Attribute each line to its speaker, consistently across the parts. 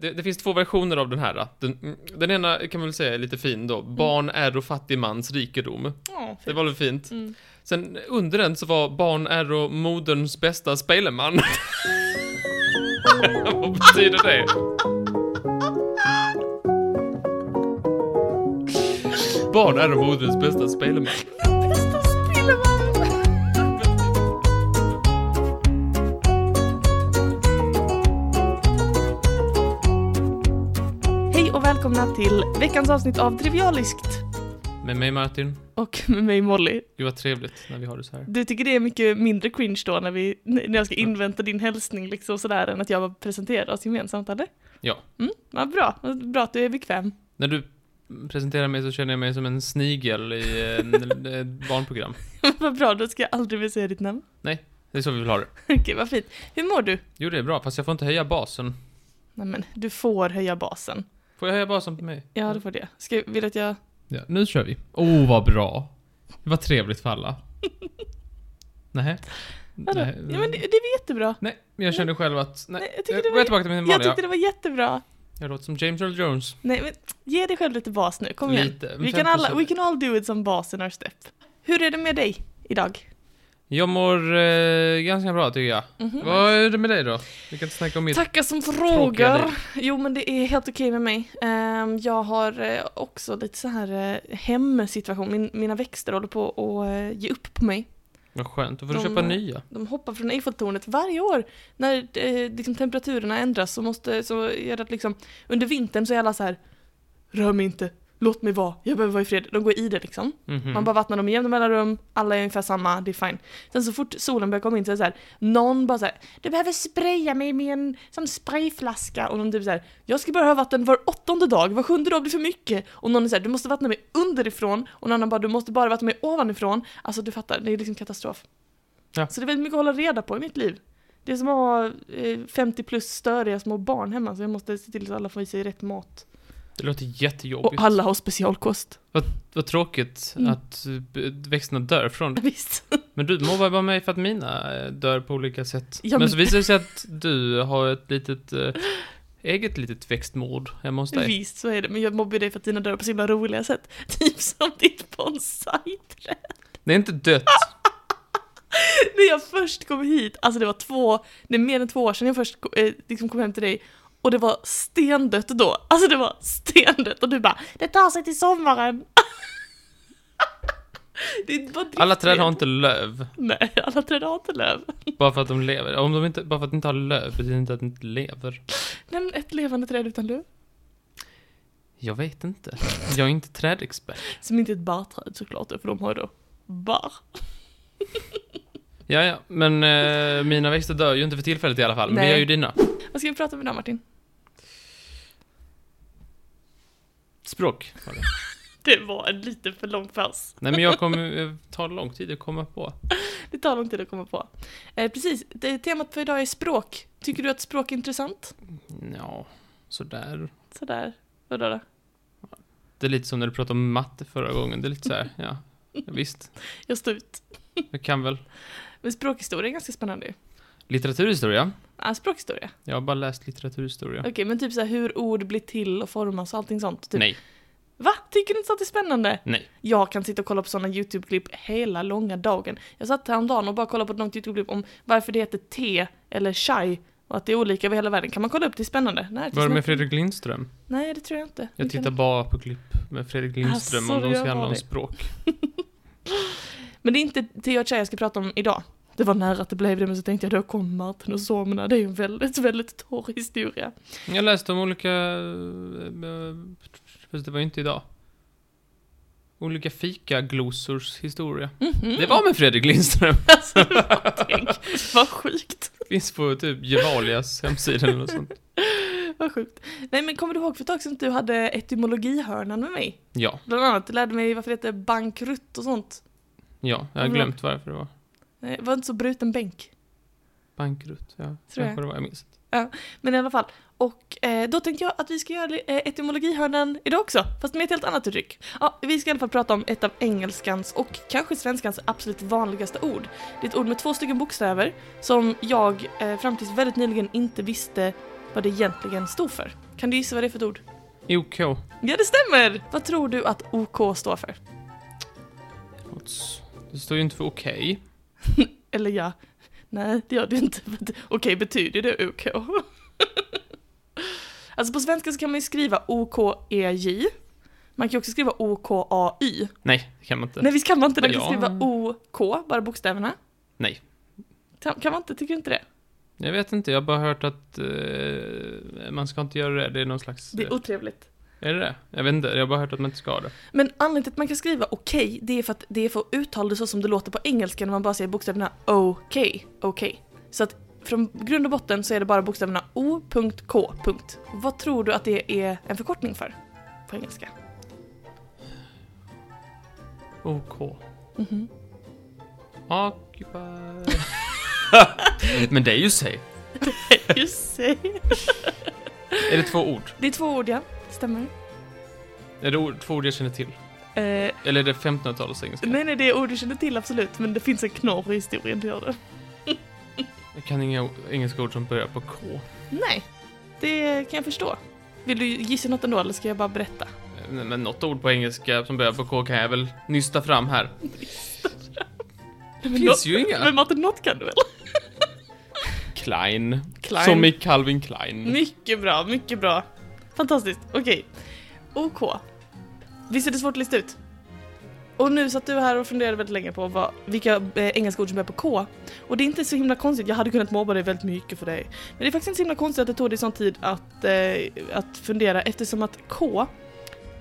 Speaker 1: det, det finns två versioner av den här. då. Den, mm, den ena kan man väl säga är lite fin då. Barn är och fattig mans rikedom.
Speaker 2: Ja,
Speaker 1: Det var väl fint.
Speaker 2: Mm.
Speaker 1: Sen under den så var barn är och moderns bästa spelman. Vad betyder det? Barn är och moderns bästa spelman.
Speaker 2: Bästa spelman! Hej och välkomna till veckans avsnitt av Trivialiskt.
Speaker 1: Med mig Martin.
Speaker 2: Och med mig Molly.
Speaker 1: Gud vad trevligt när vi har det så här.
Speaker 2: Du tycker det är mycket mindre cringe då när, vi, när jag ska invänta din hälsning liksom sådär än att jag bara presenterar oss gemensamt eller?
Speaker 1: Ja.
Speaker 2: Mm, vad bra. Vad Bra att du är bekväm.
Speaker 1: När du presenterar mig så känner jag mig som en snigel i eh, en- ett barnprogram.
Speaker 2: vad bra, då ska jag aldrig mer säga ditt namn.
Speaker 1: Det är så vi vill ha det.
Speaker 2: Okej, vad fint. Hur mår du?
Speaker 1: Jo, det är bra, fast jag får inte höja basen.
Speaker 2: Nej men, du får höja basen.
Speaker 1: Får jag höja basen på mig?
Speaker 2: Ja, du får det. Ska, vill du att jag...
Speaker 1: Ja, nu kör vi. oh, vad bra. Det var trevligt för alla. nej.
Speaker 2: Vadå? Ja, men det, det är väl jättebra.
Speaker 1: nej, men jag kände själv att... Mm. Nej,
Speaker 2: Nej, jag
Speaker 1: jag
Speaker 2: tycker det
Speaker 1: går
Speaker 2: var,
Speaker 1: jag tillbaka till min
Speaker 2: jag
Speaker 1: vanliga.
Speaker 2: tyckte det var jättebra.
Speaker 1: Jag låter som James Earl Jones.
Speaker 2: Nej, men ge dig själv lite bas nu. Kom igen.
Speaker 1: Lite.
Speaker 2: Vi kan alla,
Speaker 1: 5%.
Speaker 2: we can all do it som bas in our step. Hur är det med dig idag?
Speaker 1: Jag mår eh, ganska bra tycker jag.
Speaker 2: Mhm.
Speaker 1: Vad är det med dig då? Vi kan inte snacka om mitt...
Speaker 2: Tackar som
Speaker 1: Tråkiga
Speaker 2: frågar. Jo men det är helt okej med mig. Ehm, jag har eh, också lite så här eh, hemsituation. Min, mina växter håller på att eh, ge upp på mig.
Speaker 1: Vad skönt, då får du
Speaker 2: De-
Speaker 1: köpa nya.
Speaker 2: De hoppar från Eiffeltornet varje år. När eh, liksom, temperaturerna ändras så måste, så är det att liksom, under vintern så är alla så här Rör mig inte, låt mig vara, jag behöver vara i fred. De går i det liksom.
Speaker 1: Mhm.
Speaker 2: Man bara vattnar dem i jämna mellanrum, alla är ungefär samma, det är fine. Sen så fort solen börjar komma in så är det så här, någon bara så här, du behöver spraya mig med en som sprayflaska och någon typ så här, jag ska bara ha vatten var åttonde dag, var sjunde dag blir för mycket. Och någon är så här, du måste vattna mig underifrån och någon annan bara, du måste bara vattna mig ovanifrån. Alltså du fattar, det är liksom katastrof.
Speaker 1: Ja.
Speaker 2: Så det är väldigt mycket att hålla reda på i mitt liv. Det är som att ha eh, 50 plus störiga små barn hemma så jag måste se till så att alla får i sig rätt mat.
Speaker 1: Det låter
Speaker 2: Och
Speaker 1: jättejobbigt.
Speaker 2: alla har specialkost.
Speaker 1: Vad tråkigt
Speaker 2: Mm.
Speaker 1: att eh, b- växterna dör från.
Speaker 2: Visst.
Speaker 1: Men du mobbar bara mig för att mina eh, dör på olika sätt.
Speaker 2: Ja,
Speaker 1: men,
Speaker 2: men-
Speaker 1: så visar det sig att du har ett litet eh, eget litet växtmord hemma hos dig.
Speaker 2: Visst så är det, men jag mobbar ju dig för att dina dörrar på så himla roliga sätt. Typ som ditt bonsai-träd.
Speaker 1: Det är inte dött.
Speaker 2: När jag först kom hit, alltså det var två, det är mer än två år sedan jag först ko- eh, liksom kom hem till dig och det var stendött då. Alltså det var stendött och du bara “det tar sig till sommaren”. det är bara
Speaker 1: Alla träd har
Speaker 2: driftväg.
Speaker 1: inte löv.
Speaker 2: Nej, alla träd har inte löv.
Speaker 1: Bara för att de lever. Om de inte, bara för att de inte har löv betyder det inte att de inte lever.
Speaker 2: Nämn ett levande träd utan löv.
Speaker 1: Jag vet inte. Jag är inte trädexpert.
Speaker 2: Som inte är ett barrträd såklart, för de har ju då barr.
Speaker 1: Ja, ja. Men eh, mina växter dör ju inte för tillfället i alla fall. Men det
Speaker 2: Nej.
Speaker 1: gör ju dina.
Speaker 2: Vad ska vi prata om idag Martin?
Speaker 1: Språk. var det.
Speaker 2: Det var en lite för lång paus.
Speaker 1: Nej, men jag kommer eh, ta lång tid att komma på.
Speaker 2: Det tar lång tid att komma på. Eh, precis, det, temat för idag är språk. Tycker du att språk är intressant?
Speaker 1: Ja, sådär.
Speaker 2: Sådär, vadå då?
Speaker 1: Det är lite som när du pratade om matte förra gången. Det är lite så här, ja. ja, Visst,
Speaker 2: Jag står ut.
Speaker 1: jag kan väl.
Speaker 2: Men språkhistoria är ganska spännande ju.
Speaker 1: Litteraturhistoria.
Speaker 2: Ja, språkhistoria.
Speaker 1: Jag har bara läst litteraturhistoria.
Speaker 2: Okej, men typ så här hur ord blir till och formas och allting sånt. Typ.
Speaker 1: Nej,
Speaker 2: Va? Tycker du inte att det är spännande?
Speaker 1: nej.
Speaker 2: Jag kan sitta och kolla på sådana YouTube-klipp hela långa dagen. Jag satt häromdagen och bara kollade på ett långt YouTube-klipp om varför det heter te eller chai och att det är olika över hela världen. Kan man kolla upp det? är spännande. Nej, det
Speaker 1: Var
Speaker 2: är
Speaker 1: det med
Speaker 2: spännande.
Speaker 1: Fredrik Lindström?
Speaker 2: Nej, det tror jag inte.
Speaker 1: Jag
Speaker 2: Nu kan-
Speaker 1: tittar bara på klipp med Fredrik Lindström
Speaker 2: Alltså,
Speaker 1: om de
Speaker 2: jag
Speaker 1: ska handla
Speaker 2: har
Speaker 1: om
Speaker 2: det.
Speaker 1: språk.
Speaker 2: Men det är inte Theo och Chai jag ska prata om idag. Det var nära att det blev det, men så tänkte jag då kommer Martin och somna. Det är ju en väldigt, väldigt torr historia.
Speaker 1: Jag läste om olika... eh, Fast det var ju inte idag. Olika fikaglosors historia.
Speaker 2: Mhm.
Speaker 1: Det var med Fredrik Lindström!
Speaker 2: Alltså, det var, tänk, vad sjukt.
Speaker 1: Finns på typ Gevalias hemsida eller något sånt.
Speaker 2: Vad sjukt. Nej, men kommer du ihåg för ett tag sedan att du hade etymologihörnan med mig?
Speaker 1: Ja,
Speaker 2: Bland annat, du lärde mig varför det heter bankrutt och sånt.
Speaker 1: ja. Jag har
Speaker 2: Mm.
Speaker 1: glömt varför det var.
Speaker 2: Nej, Det var inte så bruten bänk.
Speaker 1: Bankrutt, ja.
Speaker 2: jag.
Speaker 1: Kanske det var, jag minns inte.
Speaker 2: Men i alla fall. Och eh, då tänkte jag att vi ska göra eh, etymologihörnan idag också, fast med ett helt annat uttryck. Ja, vi ska i alla fall prata om ett av engelskans och kanske svenskans absolut vanligaste ord. Det är ett ord med två stycken bokstäver som jag eh, fram tills väldigt nyligen inte visste vad det egentligen stod för. Kan du gissa vad det är för ett ord?
Speaker 1: OK.
Speaker 2: Ja, det stämmer! Vad tror du att OK står för?
Speaker 1: Odds. Det står ju inte för okej.
Speaker 2: Eller ja, nej det gör det ju inte. Okej, betyder det OK? alltså på svenska så kan man ju skriva OKEJ. Man kan ju också skriva OKAY.
Speaker 1: Nej, det kan man inte.
Speaker 2: Nej, visst kan man inte det? Man
Speaker 1: Men ja.
Speaker 2: kan skriva OK, bara bokstäverna.
Speaker 1: Nej.
Speaker 2: Kan kan man inte? Tycker du inte det?
Speaker 1: Jag vet inte, jag har bara hört att eh, man ska inte göra det. Det är någon slags...
Speaker 2: Det är otrevligt.
Speaker 1: är det det? Jag vet inte, jag har bara hört att man inte ska ha det.
Speaker 2: Men anledningen till att man kan skriva okej, det är för att det är för att uttala det så som det låter på engelska när man bara säger bokstäverna okej, okej. Så att från grund och botten så är det bara bokstäverna O.K. punkt. Vad tror du att det är en förkortning för? På engelska?
Speaker 1: OK.
Speaker 2: Mhm.
Speaker 1: Occupy. Men det är ju sig.
Speaker 2: You say.
Speaker 1: Är det två ord?
Speaker 2: Det är två ord ja, stämmer.
Speaker 1: Är det ord, två ord jag känner till?
Speaker 2: Eh,
Speaker 1: Eller är det 1500-talets engelska?
Speaker 2: nej, nej, det är ord du känner till absolut, men det finns en knorr i historien, det gör det.
Speaker 1: Jag kan inga o- engelska ord som börjar på K.
Speaker 2: Nej, det kan jag förstå. Vill du gissa något ändå, eller ska jag bara berätta?
Speaker 1: Eh, Men något ord på engelska som börjar på K kan jag väl nysta fram här.
Speaker 2: Det
Speaker 1: finns ju inga.
Speaker 2: Men Martin, något kan du väl?
Speaker 1: Klein.
Speaker 2: Klein.
Speaker 1: Som i Calvin Klein.
Speaker 2: Mycket bra, mycket bra. Fantastiskt, okej. OK. Visst är det svårt att lista ut? Och nu satt du här och funderade väldigt länge på vad, vilka eh, engelska ord som börjar på K. Och det är inte så himla konstigt, jag hade kunnat mobba dig väldigt mycket för dig. Men det är faktiskt inte så himla konstigt att det tog dig sån tid att, eh, att fundera eftersom att K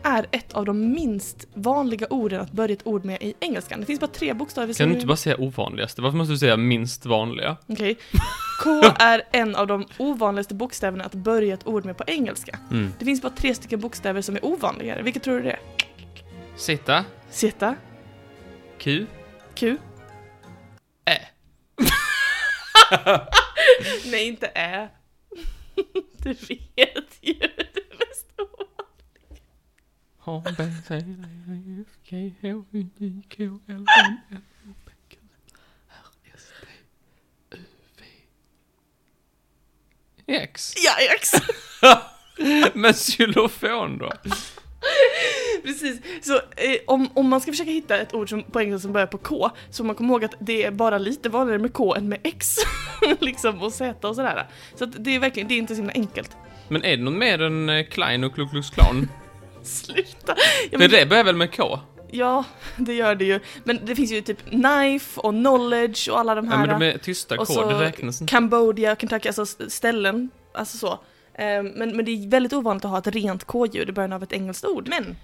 Speaker 2: är ett av de minst vanliga orden att börja ett ord med i engelskan. Det finns bara tre bokstäver
Speaker 1: Kan
Speaker 2: som
Speaker 1: du inte bara säga ovanligaste? Varför måste du säga minst vanliga?
Speaker 2: Okej. K är en av de ovanligaste bokstäverna att börja ett ord med på engelska.
Speaker 1: Mm.
Speaker 2: Det finns bara tre stycken bokstäver som är ovanligare. Vilka tror du det är?
Speaker 1: Sitta.
Speaker 2: Zeta,
Speaker 1: Q.
Speaker 2: Q?
Speaker 1: Ä.
Speaker 2: Nej, inte Ä. du vet ju det mest ovanliga.
Speaker 1: A, B, C, D, E, F, G, H, I, J, K, L, M, N, O, P, Q, R, S, T, U, V, X.
Speaker 2: Ja, ex.
Speaker 1: Men xylofon då?
Speaker 2: Precis. Så eh, om, om man ska försöka hitta ett ord som, på engelska som börjar på K, så man kommer ihåg att det är bara lite vanligare med K än med X. liksom, och Z och sådär. Så att det är verkligen, det är inte så himla enkelt.
Speaker 1: Men är det något mer än eh, Klein och Ku Klux Klan?
Speaker 2: Sluta! Ja,
Speaker 1: För
Speaker 2: men-
Speaker 1: det börjar väl med K?
Speaker 2: Ja, det gör det ju. Men det finns ju typ knife och knowledge och alla de
Speaker 1: Ja,
Speaker 2: här.
Speaker 1: men de är tysta K,
Speaker 2: och så-
Speaker 1: det räknas inte.
Speaker 2: Cambodia, Kentucky, alltså s- ställen. Alltså så. Eh, Men, men det är väldigt ovanligt att ha ett rent K-ljud i början av ett engelskt ord. Men!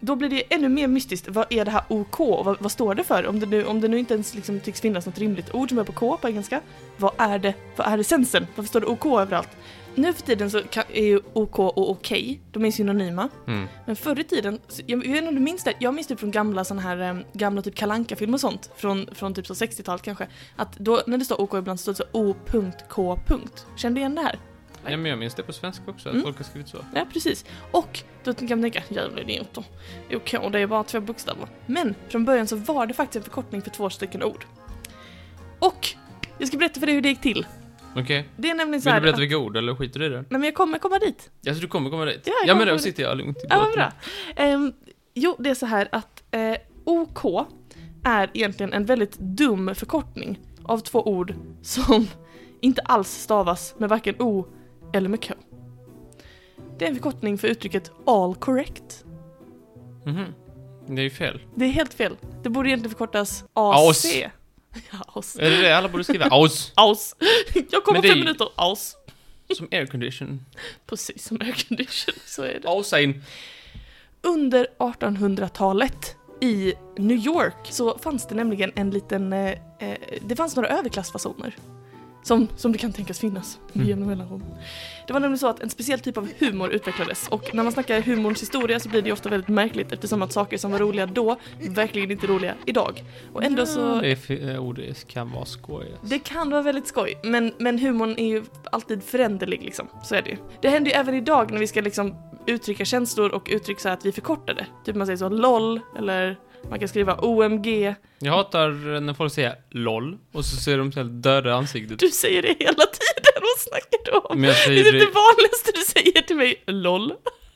Speaker 2: Då blir det ännu mer mystiskt. Vad är det här OK? Vad, vad står det för? Om det, nu, om det nu inte ens liksom tycks finnas något rimligt ord som är på K på engelska. Vad är det? Vad är essensen? Varför står det OK överallt? Nu för tiden så kan, är ju OK och OK, de är synonyma.
Speaker 1: Mm.
Speaker 2: Men förr i tiden, så- jag jag vet inte om du minns det, jag minns det från gamla sån här eh, gamla typ kalanka filmer och sånt från, från typ så 60-talet kanske. Att då när det står OK ibland så står det så O.K. Känner du igen det här?
Speaker 1: Ja, men jag minns det på svenska också, att
Speaker 2: Mm.
Speaker 1: folk har skrivit så.
Speaker 2: Ja, precis. Och då kan man tänka, jävla idioter. OK, det är bara två bokstäver. Men från början så var det faktiskt en förkortning för två stycken ord. Och jag ska berätta för dig hur det gick till.
Speaker 1: Okej,
Speaker 2: Det är nämligen så
Speaker 1: vill
Speaker 2: här
Speaker 1: du berätta
Speaker 2: att-
Speaker 1: vilka ord eller skiter du i det?
Speaker 2: Nej men jag kommer komma dit.
Speaker 1: Alltså du kommer komma dit?
Speaker 2: Ja, jag
Speaker 1: ja men
Speaker 2: kommer
Speaker 1: då
Speaker 2: komma dit.
Speaker 1: sitter jag lugnt i
Speaker 2: Ja, vad
Speaker 1: båten.
Speaker 2: bra. Ehm, jo, det är så här att eh, OK är egentligen en väldigt dum förkortning av två ord som inte alls stavas med varken O eller med K. Det är en förkortning för uttrycket all correct.
Speaker 1: Mhm. Det är ju fel.
Speaker 2: Det är helt fel. Det borde egentligen förkortas
Speaker 1: Aus.
Speaker 2: AC. Ja, Aus.
Speaker 1: Är det det alla borde skriva? Aus!
Speaker 2: Aus. Jag kommer
Speaker 1: Men det är
Speaker 2: fem
Speaker 1: ju-
Speaker 2: minuter. Aus.
Speaker 1: Som aircondition.
Speaker 2: Precis som aircondition, så är det.
Speaker 1: Ausein.
Speaker 2: Under 1800-talet i New York så fanns det nämligen en liten, eh, eh, det fanns några överklassfasoner. Som, som det kan tänkas finnas
Speaker 1: Mm.
Speaker 2: i jämna mellanrum. Det var nämligen så att en speciell typ av humor utvecklades och när man snackar humorns historia så blir det ju ofta väldigt märkligt eftersom att saker som var roliga då verkligen inte är roliga idag. Och ändå så...
Speaker 1: Det är fe- eh, ord det kan vara skoj.
Speaker 2: Det kan vara väldigt skoj, men, men humorn är ju alltid föränderlig liksom. Så är det ju. Det händer ju även idag när vi ska liksom uttrycka känslor och uttryck så här att vi förkortar det. Typ man säger så LOL eller Man kan skriva OMG.
Speaker 1: Jag hatar när folk säger LOL och så ser de så helt döda i ansiktet.
Speaker 2: Du säger det hela tiden, vad snackar du om?
Speaker 1: Men jag
Speaker 2: Det är
Speaker 1: säger
Speaker 2: typ det
Speaker 1: det,
Speaker 2: vanligaste du säger till mig, LOL.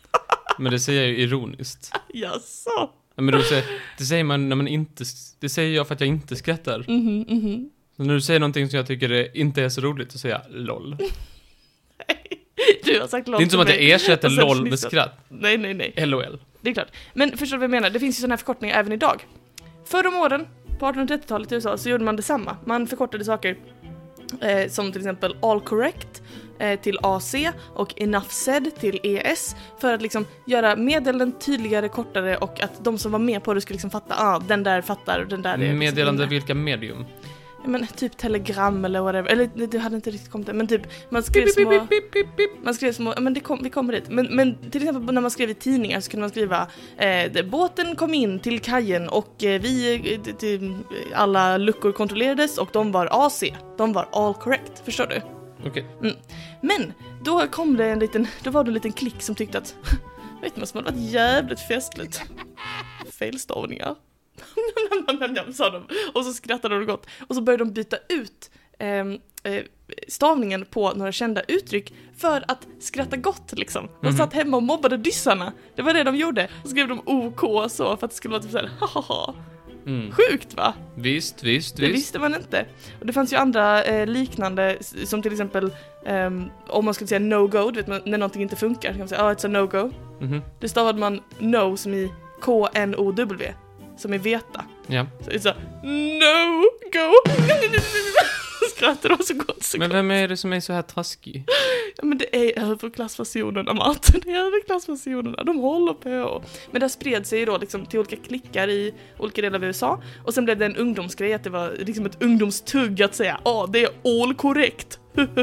Speaker 1: men det säger jag ju ironiskt.
Speaker 2: Jaså?
Speaker 1: Ja, Men då säger, det säger man när man inte, s- det säger jag för att jag inte skrattar.
Speaker 2: Mhm, mhm.
Speaker 1: Så när du säger någonting som jag tycker är, inte är så roligt så säger jag LOL. Det
Speaker 2: Du har sagt LOL
Speaker 1: är inte som
Speaker 2: till
Speaker 1: att jag
Speaker 2: mig.
Speaker 1: ersätter
Speaker 2: och sen
Speaker 1: LOL med
Speaker 2: fnissar.
Speaker 1: skratt.
Speaker 2: Nej, nej, nej.
Speaker 1: LOL.
Speaker 2: Det är klart. Men förstår du vad jag menar? Det finns ju sådana här förkortningar även idag. Förr om åren, på 1830-talet i USA, så gjorde man detsamma. Man förkortade saker eh, som till exempel all correct eh, till AC och enough said till ES för att liksom göra meddelanden tydligare, kortare och att de som var med på det skulle liksom fatta, ah, den där fattar och den där är liksom
Speaker 1: Meddelande
Speaker 2: inne.
Speaker 1: vilka medium?
Speaker 2: Ja, men typ telegram eller whatever, eller nej, det hade inte riktigt kommit än, men typ man skrev små... Man skrev små, ja, men det kom, vi kommer dit. Men, men till exempel när man skrev i tidningar så kunde man skriva eh, det- båten kom in till kajen och eh, vi, eh, d- d- alla luckor kontrollerades och de var AC. De var all correct, förstår du?
Speaker 1: Okej.
Speaker 2: Men då kom det en liten, då var det en liten klick som tyckte att vet ni vad som hade varit jävligt festligt? Felstavningar. sa de. Och så skrattade de gott. Och så började de byta ut ehm, eh, stavningen på några kända uttryck för att skratta gott liksom. De
Speaker 1: Mhm.
Speaker 2: satt hemma och mobbade dyssarna. Det var det de gjorde. Så skrev de OK så för att det skulle vara typ såhär hahaha.
Speaker 1: Mm.
Speaker 2: Sjukt va?
Speaker 1: Visst, visst,
Speaker 2: Det
Speaker 1: visst.
Speaker 2: visste man inte. Och det fanns ju andra eh, liknande, s- som till exempel ehm, om man skulle säga no-go, du vet man- när någonting inte funkar, så kan man säga ah, it's a no-go.
Speaker 1: Mhm.
Speaker 2: Det stavade man no som i K-N-O-W, som i veta.
Speaker 1: Ja.
Speaker 2: Så it's a no-go! Skrattar de så gott så
Speaker 1: Men
Speaker 2: gott.
Speaker 1: vem är det som är så här traskig?
Speaker 2: Ja, men det är överklassversionerna Martin, det är överklassversionerna, de håller på. Men det spred sig ju då liksom till olika klickar i olika delar av USA och sen blev det en ungdomsgrej att det var liksom ett ungdomstugg att säga ja ah, det är all korrekt.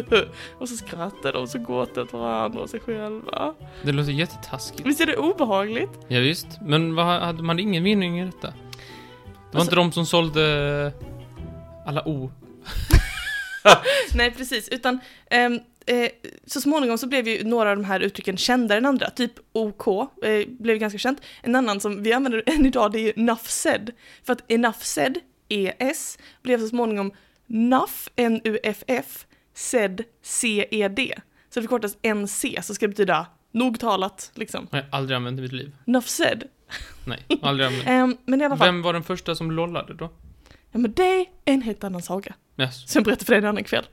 Speaker 2: och så skrattade de så gott åt varandra och sig själva.
Speaker 1: Det låter jättetaskigt.
Speaker 2: Visst är det obehagligt?
Speaker 1: Ja, visst. Men vad, hade man ingen vinning i detta? Det var
Speaker 2: Alltså-
Speaker 1: inte de som sålde alla O.
Speaker 2: Nej precis, utan ehm, eh, så småningom så blev ju några av de här uttrycken kändare än andra, typ OK eh, blev ganska känt. En annan som vi använder än idag det är ju enough said, för att enough said, ES, blev så småningom NUFF, N-U-F-F, said, C-E-D. E, Så det förkortas NC, så ska det betyda nog talat, liksom.
Speaker 1: Jag har aldrig använt i mitt liv.
Speaker 2: Enough said.
Speaker 1: Nej, aldrig använt.
Speaker 2: Ehm, men i alla fall,
Speaker 1: Vem var den första som lollade då?
Speaker 2: ja, men det är en helt annan saga.
Speaker 1: Yes.
Speaker 2: som jag berättade för dig en annan kväll.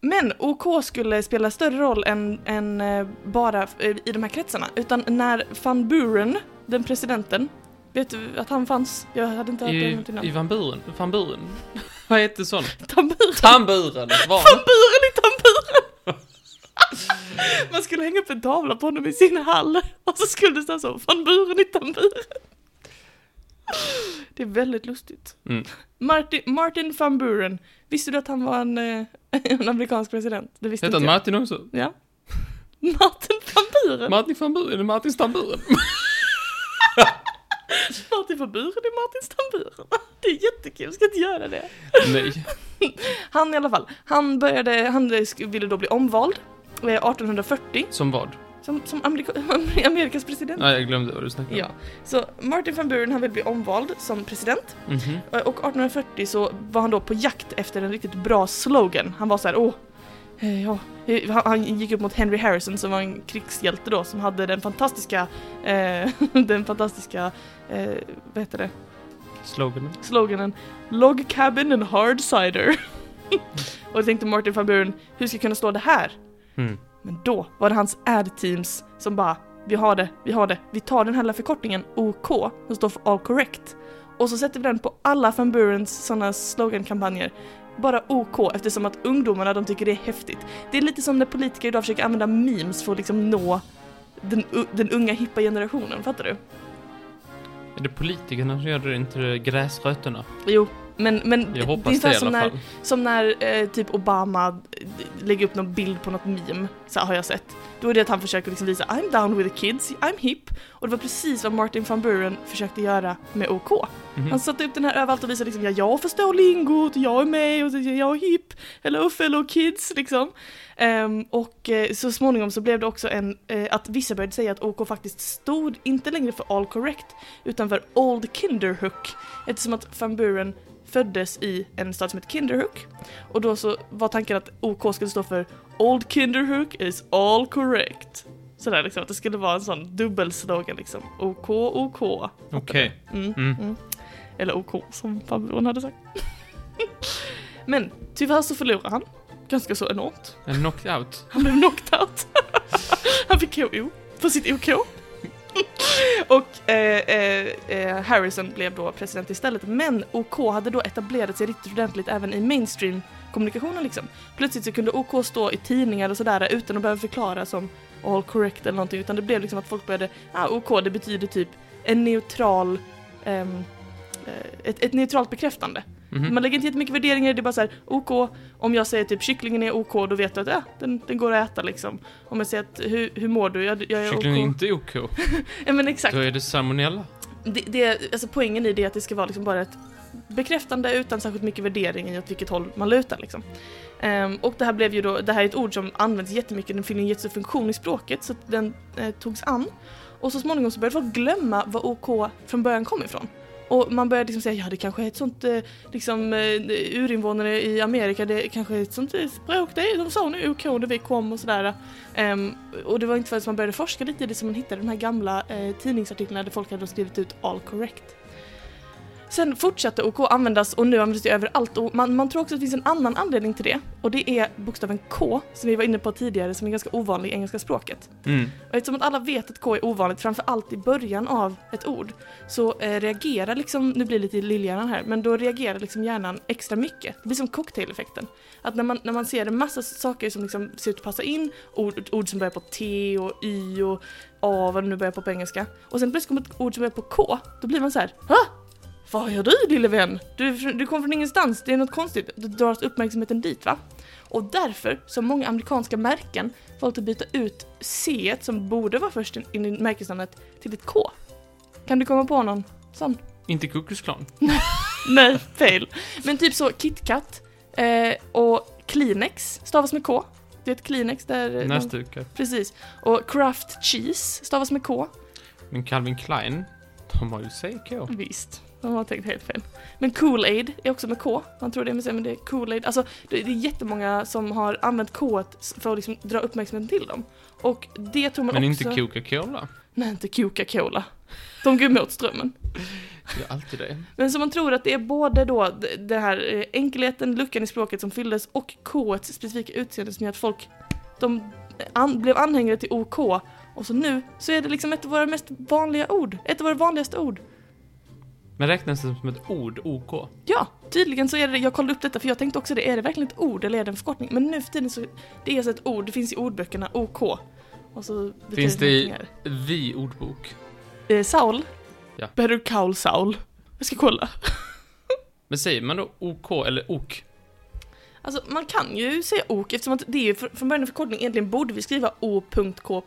Speaker 2: Men OK skulle spela större roll än, än eh, bara eh, i de här kretsarna. Utan när van Buren, den presidenten, vet du att han fanns? Jag hade inte hört
Speaker 1: I,
Speaker 2: det innan.
Speaker 1: i Van Buren? Van Buren? Vad hette sån?
Speaker 2: Tamburen!
Speaker 1: Tamburen! Var
Speaker 2: Van Buren i tamburen! Man skulle hänga upp en tavla på honom i sin hall och så skulle det stå så, van Buren i tamburen. Det är väldigt lustigt.
Speaker 1: Mm.
Speaker 2: Martin, Martin van Buren, visste du att han var en, eh, en amerikansk president? Det visste
Speaker 1: Hette
Speaker 2: inte
Speaker 1: han
Speaker 2: jag.
Speaker 1: Martin också?
Speaker 2: Ja. Martin van Buren?
Speaker 1: Martin Van Buren? eller Martin Stamburen?
Speaker 2: Martin van Buren är Martins tamburen. Det är jättekul, ska inte göra det.
Speaker 1: Nej.
Speaker 2: Han i alla fall, han började, han sk- ville då bli omvald eh, 1840
Speaker 1: Som vad?
Speaker 2: som, som Amerika, Amerikas president.
Speaker 1: Nej, jag glömde vad du snackade om.
Speaker 2: Ja, så Martin van Buren han vill bli omvald som president
Speaker 1: Mhm.
Speaker 2: Eh, och 1840 så var han då på jakt efter en riktigt bra slogan. Han var så här, åh, eh, ja. eh, Han, han gick upp mot Henry Harrison som var en krigshjälte då som hade den fantastiska, eh, den fantastiska, eh, vad heter det,
Speaker 1: Sloganen.
Speaker 2: sloganen Log cabin and hard cider. och då tänkte Martin van Buren, hur ska jag kunna slå det här?
Speaker 1: Mm.
Speaker 2: Men då var det hans ad-teams som bara Vi har det, vi har det, vi tar den här lilla förkortningen OK som står för All Correct och så sätter vi den på alla Van Burens sådana slogankampanjer. Bara OK eftersom att ungdomarna de tycker det är häftigt. Det är lite som när politiker idag försöker använda memes för att liksom nå den, u- den unga hippa generationen, fattar du?
Speaker 1: Är det politikerna som gör det, inte gräsrötterna?
Speaker 2: Jo, Men, men
Speaker 1: Jag
Speaker 2: det är
Speaker 1: hoppas det
Speaker 2: ungefär
Speaker 1: i alla
Speaker 2: som när,
Speaker 1: fall.
Speaker 2: som när eh, typ Obama eh, lägger upp någon bild på något meme, så här har jag sett. Då är det att han försöker liksom visa I'm down with the kids, I'm hip. Och det var precis vad Martin van Buren försökte göra med OK.
Speaker 1: Mhm.
Speaker 2: Han satte upp den här överallt och visade liksom, ja, jag förstår lingot, och jag är med och så- jag är hip, hello fellow kids liksom. Ehm, och eh, så småningom så blev det också en, eh, att vissa började säga att OK faktiskt stod inte längre för all correct, utan för Old Kinderhook. Eftersom att van Buren föddes i en stad som heter Kinderhook. Och då så var tanken att OK skulle stå för Old Kinderhook is all correct. Sådär liksom, att det skulle vara en sån dubbelslogan liksom. OK, OK.
Speaker 1: Okej.
Speaker 2: Mm.
Speaker 1: Mm.
Speaker 2: Eller OK som Babylon hade sagt. Men tyvärr så förlorade han. Ganska så enormt.
Speaker 1: En knockout.
Speaker 2: Han blev knocked out. han fick KO för sitt OK. Och eh, eh, eh, Harrison blev då president istället. Men OK hade då etablerat sig riktigt ordentligt även i mainstream kommunikationen liksom. Plötsligt så kunde OK stå i tidningar och sådär utan att behöva förklara som all correct eller någonting utan det blev liksom att folk började, ah OK det betyder typ en neutral, ehm, eh, ett, ett neutralt bekräftande.
Speaker 1: Mhm.
Speaker 2: Man lägger inte jättemycket värderingar i det, det är bara så här, OK, om jag säger typ kycklingen är OK, då vet du att äh, den, den går att äta liksom. Om jag säger att hur, hur mår du? Jag, jag är
Speaker 1: Kycklingen är
Speaker 2: OK.
Speaker 1: inte OK.
Speaker 2: Ja men exakt.
Speaker 1: Då är det salmonella.
Speaker 2: Det, det, alltså poängen i det är att det ska vara liksom bara ett bekräftande utan särskilt mycket värdering i åt vilket håll man lutar liksom. Ehm, och det här blev ju då, det här är ett ord som används jättemycket, den fyller en jättestor funktion i språket så att den eh, togs an. Och så småningom så började folk glömma var OK från början kom ifrån. Och man började liksom säga, ja det kanske är ett sånt, eh, liksom eh, urinvånare i Amerika, det kanske är ett sånt eh, språk, det är, de sa nu OK när vi kom och sådär. Ehm, och det var inte förrän man började forska lite i det som man hittade de här gamla eh, tidningsartiklarna där folk hade skrivit ut all correct. Sen fortsatte OK användas och nu används det överallt och man, man tror också att det finns en annan anledning till det och det är bokstaven K som vi var inne på tidigare som är ganska ovanlig i engelska språket.
Speaker 1: Mm.
Speaker 2: Och eftersom att alla vet att K är ovanligt, framförallt i början av ett ord, så eh, reagerar liksom, nu blir det lite i lillhjärnan här, men då reagerar liksom hjärnan extra mycket. Det blir som cocktaileffekten. Att när man, när man ser en massa saker som liksom ser ut att passa in, ord, ord som börjar på T och Y och A, vad det nu börjar på på engelska, och sen plötsligt kommer ett ord som börjar på K, då blir man så här, ha? Vad gör du lille vän? Du, är fr- du kommer från ingenstans, det är något konstigt. Då dras uppmärksamheten dit va? Och därför så har många amerikanska märken valt att byta ut C som borde vara först in- in i märkesnamnet till ett K. Kan du komma på någon sån?
Speaker 1: Inte
Speaker 2: Eh,
Speaker 1: Kukusklan.
Speaker 2: Nej, fail. Men typ så KitKat eh, och Kleenex stavas med K. Du vet Kleenex där... eh, de-
Speaker 1: Näsdukar.
Speaker 2: Precis. Och Kraft Cheese stavas med K.
Speaker 1: Men Calvin Klein, de har ju CK.
Speaker 2: Visst, de har tänkt helt fel. Men Kool-Aid är också med K. Man tror det är med C, men det är Kool-Aid. Alltså, det det är jättemånga som har använt K för att liksom dra uppmärksamheten till dem. Och det tror man
Speaker 1: Men
Speaker 2: också...
Speaker 1: inte Coca-Cola.
Speaker 2: Nej, inte Coca-Cola. De går emot strömmen.
Speaker 1: Det är alltid det.
Speaker 2: Men så man tror att det är både då d- det här eh, enkelheten, luckan i språket som fylldes och K specifika utseende som gör att folk de an, blev anhängare till OK och så nu så är det liksom ett av våra mest vanliga ord, ett av våra vanligaste ord.
Speaker 1: Men räknas det som ett ord OK?
Speaker 2: Ja, tydligen så är det, jag kollade upp detta för jag tänkte också det, är det verkligen ett ord eller är det en förkortning? Men nu för tiden så, det är så ett ord, det finns i ordböckerna OK. Och så betyder
Speaker 1: Finns det i-
Speaker 2: någonting här.
Speaker 1: Vi ordbok.
Speaker 2: Eh, Saul?
Speaker 1: Ja.
Speaker 2: Better call Saul. Jag ska kolla.
Speaker 1: Men säger man då OK eller OK?
Speaker 2: Alltså man kan ju säga OK eftersom att det är ju för, från början en förkortning, egentligen borde vi skriva O.K.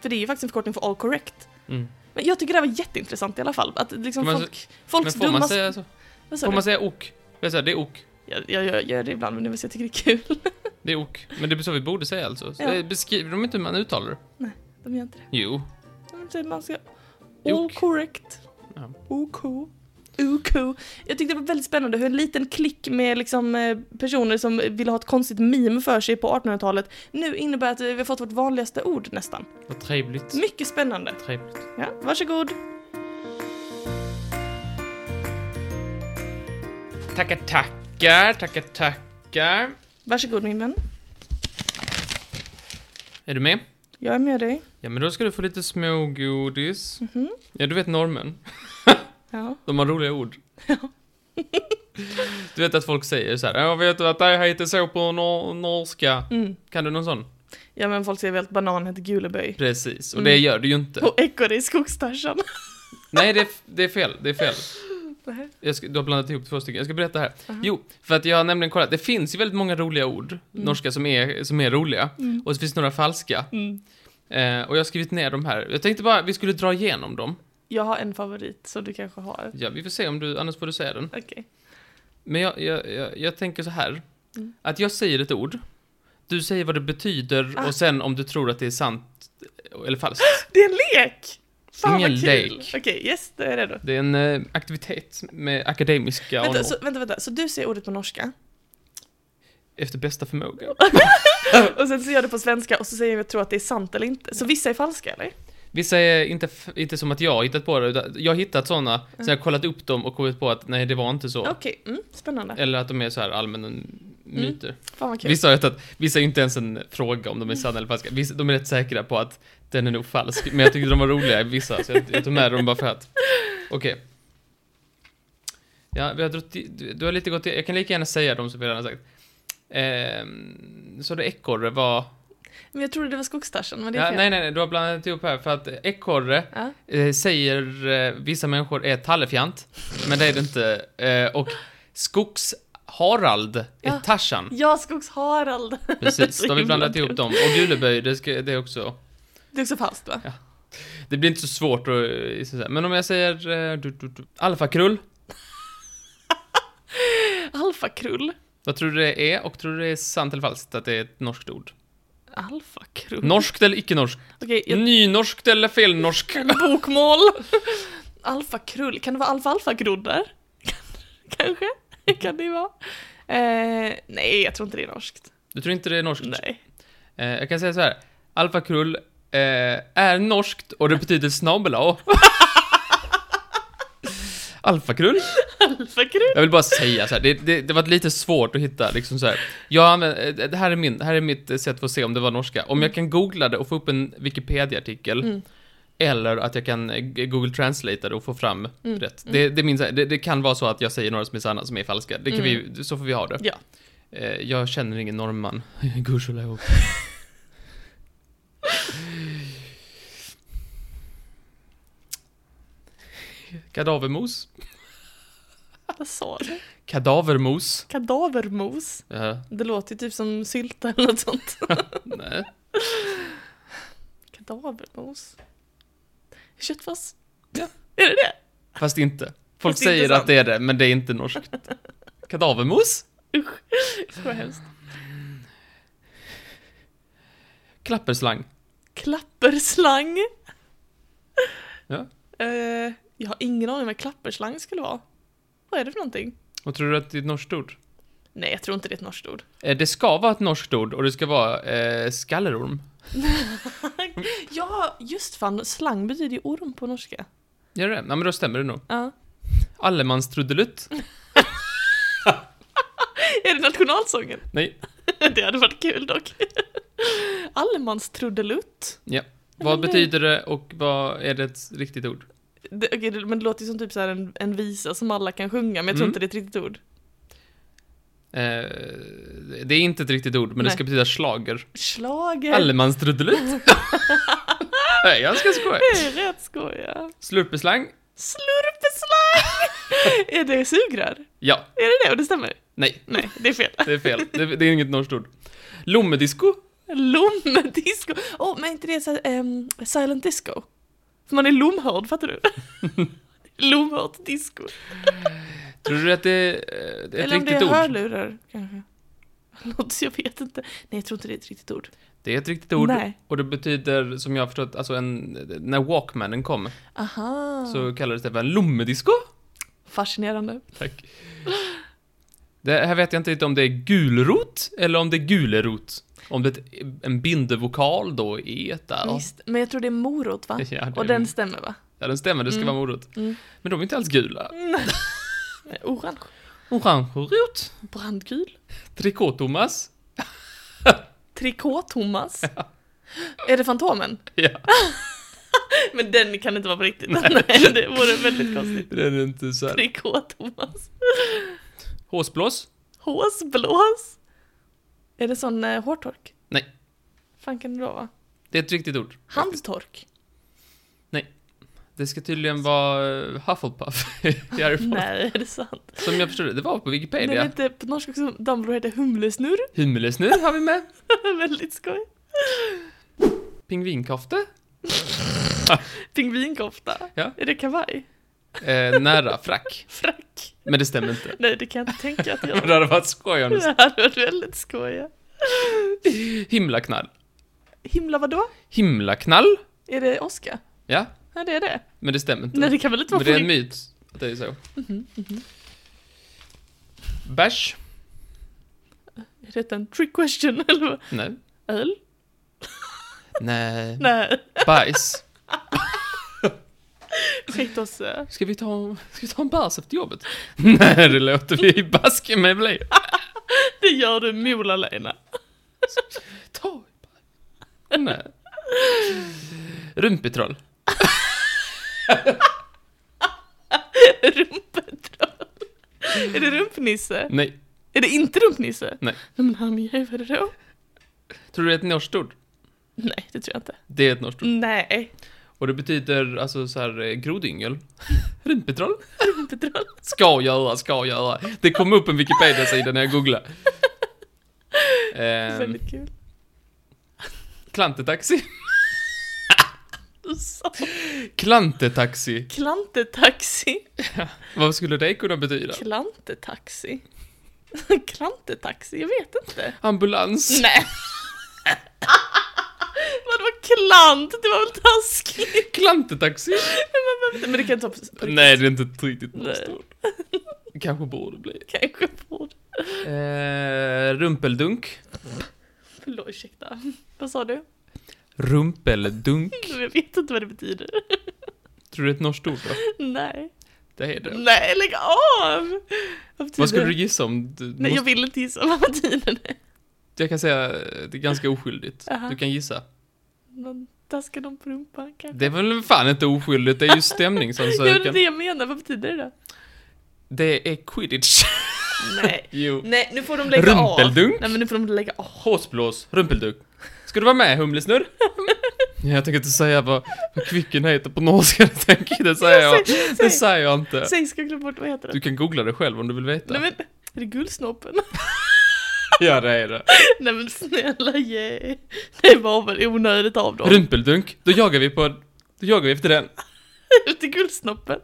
Speaker 2: För det är ju faktiskt en förkortning för all correct.
Speaker 1: Mm.
Speaker 2: Men jag tycker det här var jätteintressant i alla fall, att liksom
Speaker 1: Kan man
Speaker 2: folk, folks
Speaker 1: men får
Speaker 2: dumma...
Speaker 1: man säga så?
Speaker 2: Vad sa
Speaker 1: Får
Speaker 2: du?
Speaker 1: man säga OK? Jag säger, det är OK.
Speaker 2: Jag, jag, jag gör det ibland men det är väl så jag tycker det är kul.
Speaker 1: Det är OK. Men det är så vi borde säga alltså.
Speaker 2: Ja.
Speaker 1: Ja. Beskriver de inte hur man uttalar det?
Speaker 2: De gör inte det.
Speaker 1: Jo.
Speaker 2: De säger man ska... All
Speaker 1: Ok.
Speaker 2: correct.
Speaker 1: Ja.
Speaker 2: OK. OK. Jag tyckte det var väldigt spännande hur en liten klick med liksom eh, personer som ville ha ett konstigt meme för sig på 1800-talet nu innebär att vi har fått vårt vanligaste ord nästan.
Speaker 1: Vad trevligt.
Speaker 2: Mycket spännande.
Speaker 1: Trevligt.
Speaker 2: Ja, varsågod.
Speaker 1: Tackar, tackar, tackar, tackar.
Speaker 2: Varsågod min vän.
Speaker 1: Är du med?
Speaker 2: Jag är med dig.
Speaker 1: Ja, men då ska du få lite smågodis.
Speaker 2: Mhm.
Speaker 1: Ja, du vet normen.
Speaker 2: Ja.
Speaker 1: De har roliga ord. du vet att folk säger så här, jag vet du att det här heter så på nor- norska?
Speaker 2: Mm.
Speaker 1: Kan du någon sån?
Speaker 2: ja, men folk säger väl att banan heter guleböj.
Speaker 1: Precis, och
Speaker 2: Mm.
Speaker 1: det gör du ju inte.
Speaker 2: Och ekorre i skogstaschen.
Speaker 1: Nej, det är, f- det är fel, det är fel.
Speaker 2: Nej.
Speaker 1: Jag ska, du har blandat ihop två stycken. Jag ska berätta här. Jo, för att jag har nämligen kollat. Det finns ju väldigt många roliga ord, norska, som är, som är roliga.
Speaker 2: Mm.
Speaker 1: Och så finns det några falska.
Speaker 2: Mm.
Speaker 1: Eh, och jag har skrivit ner de här. Jag tänkte bara vi skulle dra igenom dem.
Speaker 2: Jag har en favorit som du kanske har.
Speaker 1: Ja, vi får se om du, annars får du säga den.
Speaker 2: Okej.
Speaker 1: Men jag, jag, jag, jag tänker så här.
Speaker 2: Mm.
Speaker 1: Att jag säger ett ord. Du säger vad det betyder
Speaker 2: Ah.
Speaker 1: och sen om du tror att det är sant eller falskt.
Speaker 2: Det är en lek! Fan
Speaker 1: Ingen
Speaker 2: vad kul!
Speaker 1: lek.
Speaker 2: Okej, yes, då är jag redo.
Speaker 1: Det är en eh, aktivitet med akademiska
Speaker 2: Vänta,
Speaker 1: anor
Speaker 2: så, vänta, vänta, så du säger ordet på norska,
Speaker 1: efter bästa förmåga.
Speaker 2: Ah. och sen så gör du på svenska, och så säger vi tror att det är sant eller inte. Så vissa är falska, eller?
Speaker 1: Vissa är inte, f- inte som att jag har hittat på det, utan jag har hittat sådana,
Speaker 2: Ah.
Speaker 1: sen har jag kollat upp dem och kommit på att nej, det var inte så. Eh,
Speaker 2: Okej, mm, spännande.
Speaker 1: Eller att de är så här allmänna myter.
Speaker 2: Fan vad kul.
Speaker 1: Vissa har jag tagit, vissa är ju inte ens en fråga om de är sanna eller falska. Vissa, de är rätt säkra på att den är nog falsk, men jag tyckte de var roliga, vissa, så jag, jag tog med dem bara för att. Okej. Ja, vi har drott, i- du, du har lite gått i- jag kan lika gärna säga dem som vi redan har sagt. Ehm, så det ekorre var...
Speaker 2: Men jag trodde det var skogstaschen, men det är
Speaker 1: Ja,
Speaker 2: fel.
Speaker 1: nej, nej, nej, du har blandat ihop här, för att ekorre
Speaker 2: Ja.
Speaker 1: eh, säger eh, vissa människor är tallefjant, men det är det inte. Eh, och skogs-Harald är
Speaker 2: Ja.
Speaker 1: Tarzan.
Speaker 2: Ja, Skogs-Harald!
Speaker 1: Precis, då har vi
Speaker 2: Himla
Speaker 1: blandat ihop
Speaker 2: kul.
Speaker 1: dem. Och Guleböj, det, ska, det är också.
Speaker 2: Det är också falskt va?
Speaker 1: Det blir inte så svårt att... eh, så här. Men om jag säger... Eh, du, du, du, alfakrull,
Speaker 2: Alfakrull?
Speaker 1: vad tror du det är? Och tror du det är sant eller falskt att det är ett norskt ord?
Speaker 2: Alfakrull?
Speaker 1: Norskt eller icke-norskt?
Speaker 2: Okej, jag...
Speaker 1: Nynorskt eller felnorskt?
Speaker 2: bokmål! Alfakrull, kan det vara alfa-alfa-groddar? Kanske? Kan det vara? Eh, nej, jag tror inte det är norskt.
Speaker 1: Du tror inte det är norskt?
Speaker 2: Nej.
Speaker 1: Eh, jag kan säga så här. Alfakrull eh, är norskt och det betyder snabel-a. Alfakrull?
Speaker 2: Alfakrull?
Speaker 1: Jag vill bara säga så här. Det, det, det var lite svårt att hitta liksom så här. Jag använder, eh, det här är min, här är mitt eh, sätt för att se om det var norska. Om jag kan googla det och få upp en Wikipedia-artikel.
Speaker 2: Mm.
Speaker 1: Eller att jag kan eh, Google Translate det och få fram
Speaker 2: Mm,
Speaker 1: rätt.
Speaker 2: mm.
Speaker 1: Det, det, är min, så här- det, det kan vara så att jag säger några som är sanna som är falska. Det kan
Speaker 2: Mm.
Speaker 1: vi, så får vi ha det.
Speaker 2: Ja.
Speaker 1: Eh, jag känner ingen norrman. Gudskelov. Kadavermos.
Speaker 2: Vad sa du?
Speaker 1: Kadavermos.
Speaker 2: Kadavermos?
Speaker 1: Eh,
Speaker 2: Det låter ju typ som sylta eller något sånt.
Speaker 1: nej.
Speaker 2: Kadavermos? Köttfärs?
Speaker 1: Ja.
Speaker 2: Är det det?
Speaker 1: Fast inte. Folk
Speaker 2: Fast inte
Speaker 1: säger
Speaker 2: sant.
Speaker 1: att det är det, men det är inte norskt. Kadavermos?
Speaker 2: Usch vad hemskt.
Speaker 1: Klapperslang.
Speaker 2: Klapperslang?
Speaker 1: Ja.
Speaker 2: Eh, jag har ingen aning vad klapperslang skulle vara. Vad är det för någonting?
Speaker 1: Och tror du att det är ett norskt ord?
Speaker 2: Nej, jag tror inte det är ett norskt ord.
Speaker 1: Eh, det ska vara ett norskt ord och det ska vara eh, skallerorm.
Speaker 2: ja, just fan, slang betyder ju orm på norska.
Speaker 1: Gör det? Nej, men då stämmer det nog.
Speaker 2: Ja.
Speaker 1: Allemanstrudelutt?
Speaker 2: Är det nationalsången?
Speaker 1: Nej.
Speaker 2: det hade varit kul dock. Allemanstrudelutt?
Speaker 1: Vad
Speaker 2: men det-
Speaker 1: betyder det och vad är det ett riktigt ord?
Speaker 2: Det, okej, det, men det låter ju som typ så här en, en visa som alla kan sjunga, men jag tror
Speaker 1: Mm.
Speaker 2: inte det är ett riktigt ord.
Speaker 1: Eh, det är inte ett riktigt ord, men det
Speaker 2: Nej.
Speaker 1: ska betyda slager.
Speaker 2: Schlager!
Speaker 1: Allemanstrudelutt? det är ganska skoj.
Speaker 2: Det är rätt skoj, ja.
Speaker 1: Slurpeslang?
Speaker 2: Slurpeslang! är det sugrör?
Speaker 1: Ja.
Speaker 2: Är det det? Och det stämmer?
Speaker 1: Nej.
Speaker 2: Nej, det är fel.
Speaker 1: Det är fel. Det, det är inget norskt ord. Lommedisco?
Speaker 2: Lomdisco! Åh, men är inte det så här, ehm, silent disco? För man är lomhörd, fattar du? lomhört disco.
Speaker 1: Tror du att det är eh, ett
Speaker 2: Eller om det
Speaker 1: riktigt
Speaker 2: är
Speaker 1: ord?
Speaker 2: hörlurar, kanske. Något, jag vet inte. Nej, jag tror inte det är ett riktigt ord.
Speaker 1: Det är ett riktigt ord.
Speaker 2: Nej.
Speaker 1: Och det betyder, som jag har förstått, alltså en, när Walkmanen kom
Speaker 2: Aha.
Speaker 1: så kallades det för en lommedisco.
Speaker 2: Fascinerande.
Speaker 1: Tack. Det här vet jag inte riktigt om det är gulrot eller om det är gulerot. Om det är en bindevokal då, e där.
Speaker 2: Visst. Men jag tror det är morot, va?
Speaker 1: Ja, det,
Speaker 2: Och den stämmer, va?
Speaker 1: ja, den stämmer, det ska
Speaker 2: Mm.
Speaker 1: vara morot.
Speaker 2: Mm.
Speaker 1: Men de är inte alls gula.
Speaker 2: Nej, Orange.
Speaker 1: Orange rot.
Speaker 2: Brandgul.
Speaker 1: Trikå-Thomas.
Speaker 2: Trikå-Thomas. Är det Fantomen?
Speaker 1: Ja,
Speaker 2: Men den kan inte vara på riktigt. Nej, det vore väldigt konstigt.
Speaker 1: den är inte så här.
Speaker 2: Trikå-Thomas.
Speaker 1: Håsblås.
Speaker 2: Håsblås? Är det sån eh, hårtork?
Speaker 1: Nej.
Speaker 2: fan kan det då vara?
Speaker 1: Det är ett riktigt ord.
Speaker 2: Handtork?
Speaker 1: Det ska tydligen vara eh, Hufflepuff i Harry Potter.
Speaker 2: Nej, är det sant?
Speaker 1: Som jag förstod det, det var på
Speaker 2: Det
Speaker 1: Wikipedia.
Speaker 2: är inte, på norska också, Dumbledore heter Humlesnurr.
Speaker 1: Humlesnurr har vi med.
Speaker 2: Väldigt skoj.
Speaker 1: Pingvinkofte.
Speaker 2: Pingvinkofta.
Speaker 1: Ja.
Speaker 2: Är det kavaj?
Speaker 1: Eh, nära frack.
Speaker 2: Frack?
Speaker 1: Men det stämmer inte.
Speaker 2: Nej, det kan jag inte tänka att jag...
Speaker 1: Men det hade varit skoj om det
Speaker 2: Det hade varit väldigt skoj.
Speaker 1: Himlaknall.
Speaker 2: Himla vadå?
Speaker 1: Himlaknall?
Speaker 2: Är det åska?
Speaker 1: Ja,
Speaker 2: Ja, det är det.
Speaker 1: men det stämmer inte.
Speaker 2: Nej, det Mhm, kan väl inte vara
Speaker 1: men det är en
Speaker 2: på
Speaker 1: myt att det är så. Bärs?
Speaker 2: riktigt? Är det en trick question, eller vad?
Speaker 1: Nej.
Speaker 2: Öl?
Speaker 1: Nej.
Speaker 2: Nej.
Speaker 1: Bajs?
Speaker 2: Skit oss. eh,
Speaker 1: Ska vi ta, ska vi ta en bärs efter jobbet? Nej, det låter vi baske mig bli.
Speaker 2: Det gör du mola Lena.
Speaker 1: Ta en bärs. Nej. Rumpetroll?
Speaker 2: Rumpetroll. Är det rumpnisse?
Speaker 1: Nej.
Speaker 2: Är det inte rumpnisse?
Speaker 1: Nej.
Speaker 2: Men Hamjö, vad är det då?
Speaker 1: Tror du det är ett norskt ord?
Speaker 2: Nej, det tror jag inte.
Speaker 1: Det är ett norskt ord.
Speaker 2: Nej.
Speaker 1: Och det betyder alltså så här eh, grodyngel. Rumpetroll?
Speaker 2: Rumpetroll.
Speaker 1: Ska göra, ska göra. Det kom upp en Wikipedia-sida när jag googlade. Ehm,
Speaker 2: Väldigt kul.
Speaker 1: klantetaxi?
Speaker 2: Du sa
Speaker 1: Klantetaxi.
Speaker 2: klantetaxi.
Speaker 1: Vad skulle det kunna betyda?
Speaker 2: Klantetaxi. klantetaxi? Jag vet inte.
Speaker 1: Ambulans?
Speaker 2: Nej. Vad det var klant, det var väl taskigt?
Speaker 1: Klantetaxi?
Speaker 2: Man behöver inte- Men det kan jag ta på, på
Speaker 1: Nej, det är inte ett riktigt norskt
Speaker 2: Nej.
Speaker 1: ord. Kanske borde bli.
Speaker 2: kanske på
Speaker 1: Eh, rumpeldunk?
Speaker 2: Förlåt, ursäkta. Vad sa du?
Speaker 1: Rumpeldunk?
Speaker 2: Jag vet inte vad det betyder.
Speaker 1: Tror du det är ett norskt ord då?
Speaker 2: Nej.
Speaker 1: Det är det.
Speaker 2: Nej, lägg av! Vad, betyder
Speaker 1: Vad skulle
Speaker 2: det?
Speaker 1: du gissa om? Du,
Speaker 2: Nej, jag
Speaker 1: måste,
Speaker 2: vill inte gissa vad betyder det.
Speaker 1: jag kan säga eh, det är ganska oskyldigt.
Speaker 2: Aha.
Speaker 1: Du kan gissa.
Speaker 2: Någon taskar någon på rumpan kanske?
Speaker 1: Det är väl fan inte oskyldigt, det är ju
Speaker 2: Jag vet inte
Speaker 1: stämningsansökan.
Speaker 2: det jag menar, vad betyder det då?
Speaker 1: Det är quidditch.
Speaker 2: Nej.
Speaker 1: Jo.
Speaker 2: Nej, nu får de lägga
Speaker 1: Rumpeldunk.
Speaker 2: av. Nej, men nu får de lägga av.
Speaker 1: Håsblås. Rumpeldunk. Ska du vara med, Humlesnurr? Ja, jag tänker inte säga vad, vad kvicken heter på norska, det tänker jag inte säga.
Speaker 2: Ja,
Speaker 1: Jag.
Speaker 2: säg,
Speaker 1: Det
Speaker 2: säg,
Speaker 1: säger jag inte.
Speaker 2: säg, ska jag glömma bort, vad heter
Speaker 1: Du
Speaker 2: det?
Speaker 1: kan googla det själv om du vill veta.
Speaker 2: Nej men, är det guldsnoppen?
Speaker 1: Ja, det är det.
Speaker 2: Nej men snälla ge. Det var väl onödigt av dem.
Speaker 1: Rumpeldunk. Då jagar vi på... Då jagar vi efter den.
Speaker 2: Ut i guldsnoppen.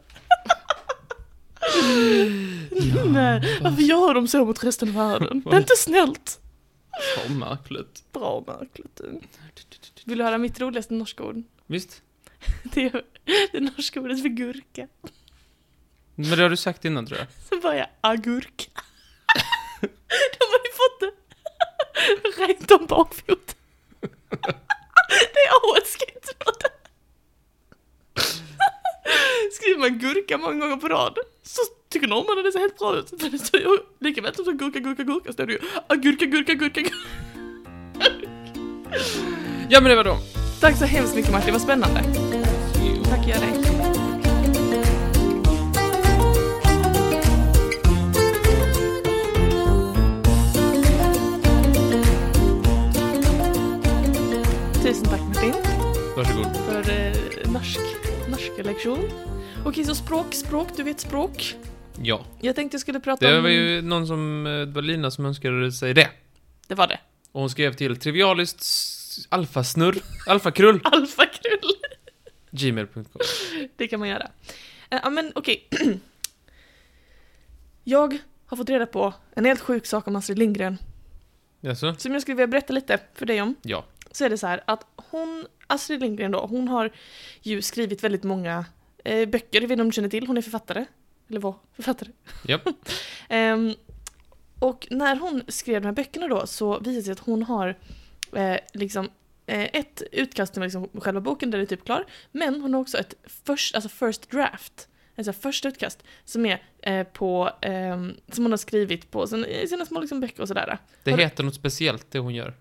Speaker 2: Nej, varför gör de så mot resten av världen? Det är inte snällt.
Speaker 1: Vad märkligt.
Speaker 2: Bra märkligt. Vill du höra mitt roligaste norska ord?
Speaker 1: Visst?
Speaker 2: Det är det norska ordet för gurka.
Speaker 1: Men det har du sagt innan tror jag.
Speaker 2: Så bara jag agurk. De har ju fått det rätt om bakfoten. Det är året ska inte vara det. Skriver man gurka många gånger på rad så tycker norrmännen det ser helt bra ut. För det står ju lika väl som gurka, gurka, gurka står det ju agurka, gurka, gurka, gurka.
Speaker 1: Ja, men det var dem.
Speaker 2: Tack så hemskt mycket Martin, vad spännande. Tackar jag dig. Tusen tack Martin
Speaker 1: Varsågod.
Speaker 2: för eh, norsk, norsk lektion. Okej, så språk, språk, du vet språk.
Speaker 1: Ja.
Speaker 2: Jag tänkte jag skulle prata
Speaker 1: Det
Speaker 2: om...
Speaker 1: var ju någon som... eh, Det var Lina som önskade sig det.
Speaker 2: Det var det.
Speaker 1: Och hon skrev till trivialist s- alfasnurr, alfakrull,
Speaker 2: Alfakrull.
Speaker 1: gmail.com.
Speaker 2: Det kan man göra. Eh, Ja, men okej. jag har fått reda på en helt sjuk sak om Astrid Lindgren.
Speaker 1: Jaså?
Speaker 2: Som jag skulle vilja berätta lite för dig om.
Speaker 1: Ja.
Speaker 2: Så är det så här att hon, Astrid Lindgren då, hon har ju skrivit väldigt många eh, böcker, jag vet inte om du känner till, hon är författare. Eller var författare.
Speaker 1: Japp.
Speaker 2: Ehm, och när hon skrev de här böckerna då så visade det sig att hon har eh, liksom eh, ett utkast med liksom själva boken där det är typ klar, men hon har också ett first, alltså first draft, alltså första utkast, som är eh, på, ehm, som hon har skrivit på sina, sina små liksom böcker och sådär.
Speaker 1: Det
Speaker 2: Har du-
Speaker 1: heter något speciellt det hon gör.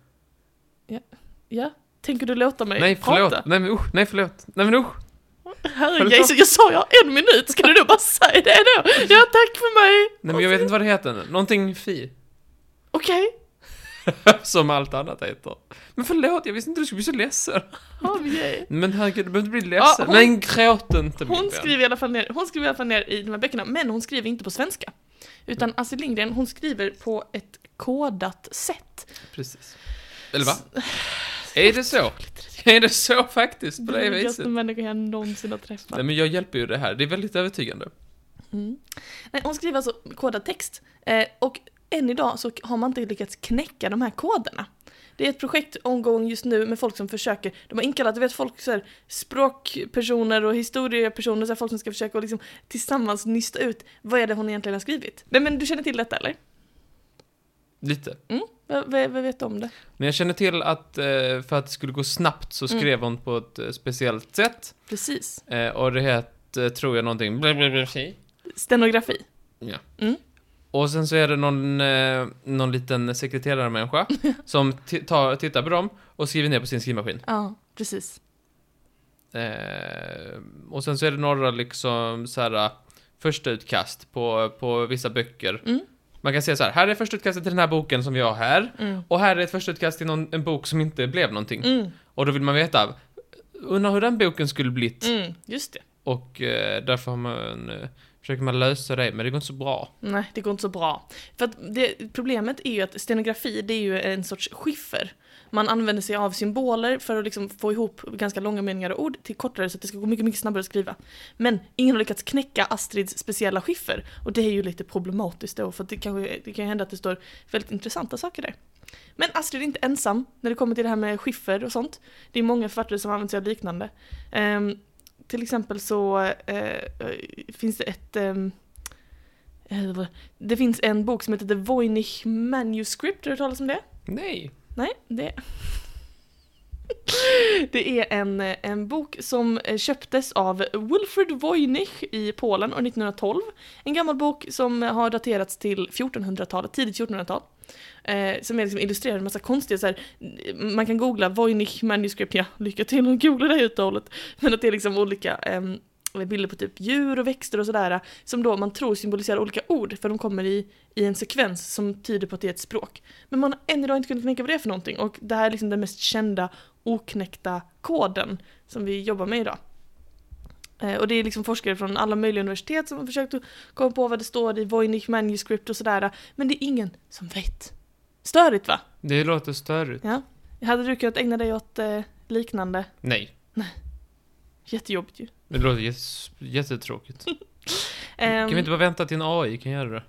Speaker 2: Ja, tänker du låta mig
Speaker 1: Nej, förlåt.
Speaker 2: prata?
Speaker 1: Nej, men usch. Nej, förlåt. Nej, men usch.
Speaker 2: Herre
Speaker 1: Förlåt.
Speaker 2: Jesus, jag sa jag har en minut, ska du då bara säga det då? Ja, tack för mig!
Speaker 1: Nej, men jag vet inte vad det heter. Någonting fi.
Speaker 2: Okej.
Speaker 1: Som allt annat heter. Men förlåt, jag visste inte du skulle bli så ledsen.
Speaker 2: Avgej.
Speaker 1: Men herregud, du behöver inte bli ledsen.
Speaker 2: Ja, Ah, hon-
Speaker 1: Men gråt inte min
Speaker 2: Hon
Speaker 1: vän.
Speaker 2: skriver, i alla fall ner, hon skriver i alla fall ner i de här böckerna, men hon skriver inte på svenska. Utan Astrid Lindgren, hon skriver på ett kodat sätt.
Speaker 1: Precis. Eller va? Är det så? Är det så faktiskt på det
Speaker 2: Drygaste
Speaker 1: viset?
Speaker 2: människa jag någonsin har träffat.
Speaker 1: Nej men jag hjälper ju det här, det är väldigt övertygande.
Speaker 2: Mm. Nej, hon skriver alltså kodad text. Eh, och än idag så har man inte lyckats knäcka de här koderna. Det är ett projekt omgång just nu med folk som försöker, de har inkallat, du vet folk så här, språkpersoner och historiepersoner, så här, folk som ska försöka och liksom tillsammans nysta ut vad är det hon egentligen har skrivit. Nej men du känner till detta eller?
Speaker 1: Lite.
Speaker 2: Vad vad- vad vet du om det?
Speaker 1: Men jag känner till att eh, för att det skulle gå snabbt så skrev hon på ett eh, speciellt sätt.
Speaker 2: Precis.
Speaker 1: Eh, Och det hette, tror jag, någonting... blablabla.
Speaker 2: Stenografi.
Speaker 1: Och sen så är det någon, eh, någon liten sekreterarmänniska som ti- tar, tittar på dem och skriver ner på sin skrivmaskin.
Speaker 2: Ja, precis.
Speaker 1: Eh, och sen så är det några liksom så här första utkast på, på vissa böcker.
Speaker 2: Mm.
Speaker 1: Man kan säga så här, här är första utkastet till den här boken som vi har här.
Speaker 2: Mm.
Speaker 1: Och här är ett första utkast till någon, en bok som inte blev någonting.
Speaker 2: Mm.
Speaker 1: Och då vill man veta, undrar hur den boken skulle blivit.
Speaker 2: Mm. Just det.
Speaker 1: Och eh, därför har man, eh, försöker man lösa det, men det går inte så bra.
Speaker 2: Nej, det går inte så bra. För att det, problemet är ju att stenografi, det är ju en sorts skiffer. Man använder sig av symboler för att liksom få ihop ganska långa meningar och ord till kortare så att det ska gå mycket, mycket snabbare att skriva. Men ingen har lyckats knäcka Astrids speciella skiffer och det är ju lite problematiskt då för att det, kanske, det kan ju hända att det står väldigt intressanta saker där. Men Astrid är inte ensam när det kommer till det här med skiffer och sånt. Det är många författare som använder sig av liknande. Ehm, till exempel så eh, eh, finns det ett ehm, eh, vad- det finns en bok som heter The Voynich Manuscript, har du hört talas om det?
Speaker 1: Nej.
Speaker 2: Nej, det... Det är en, eh, en bok som eh, köptes av Wilfrid Voynich i Polen år 1912. En gammal bok som har daterats till 1400-talet, tidigt 1400-tal. Eh, som är liksom illustrerad med massa konstiga så här, eh, man kan googla Voynich Manuscript, ja, lycka till och googla det här uttalet. Men att det är liksom olika ehm, bilder på typ djur och växter och sådär, som då man tror symboliserar olika ord, för de kommer i, i en sekvens som tyder på att det är ett språk. Men man har än idag inte kunnat knäcka vad det är för någonting och det här är liksom den mest kända oknäckta koden som vi jobbar med idag. Eh, Och det är liksom forskare från alla möjliga universitet som har försökt att komma på vad det står i Voynich manuscript och sådär, men det är ingen som vet. Störigt va?
Speaker 1: Det låter störigt.
Speaker 2: Ja. Hade du kunnat ägna dig åt eh, liknande?
Speaker 1: Nej.
Speaker 2: Jättejobbigt ju.
Speaker 1: Det låter jättes- jättetråkigt.
Speaker 2: Ehm,
Speaker 1: Kan vi inte bara vänta till en AI kan göra det?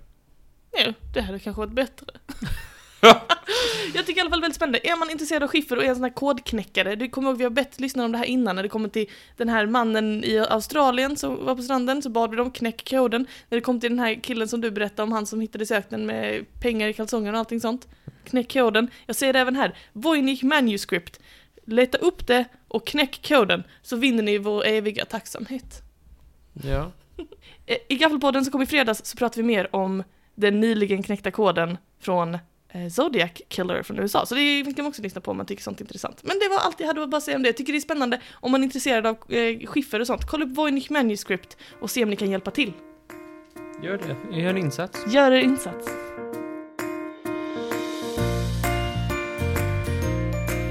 Speaker 2: Nej, det hade kanske varit bättre. jag tycker i alla fall väldigt spännande. Är man intresserad av skiffer och är en sån här kodknäckare, du kommer ihåg vi har bett lyssnarna om det här innan när det kommer till den här mannen i Australien som var på stranden så bad vi dem knäck koden. När det kom till den här killen som du berättade om, han som hittades i öknen med pengar i kalsongerna och allting sånt. Knäck koden. Jag säger det även här, Voynich Manuscript. Leta upp det och knäck koden så vinner ni vår eviga tacksamhet.
Speaker 1: Ja.
Speaker 2: Eh, I Gaffelpodden som kom i fredags så pratade vi mer om den nyligen knäckta koden från eh, Zodiac Killer från USA. Så det kan man också lyssna på om man tycker sånt är intressant. Men det var allt jag hade att bara säga om det. Jag tycker det är spännande om man är intresserad av eh, skiffer och sånt. Kolla upp Voynich Manuscript och se om ni kan hjälpa till.
Speaker 1: Gör det. Gör en insats.
Speaker 2: Gör er insats.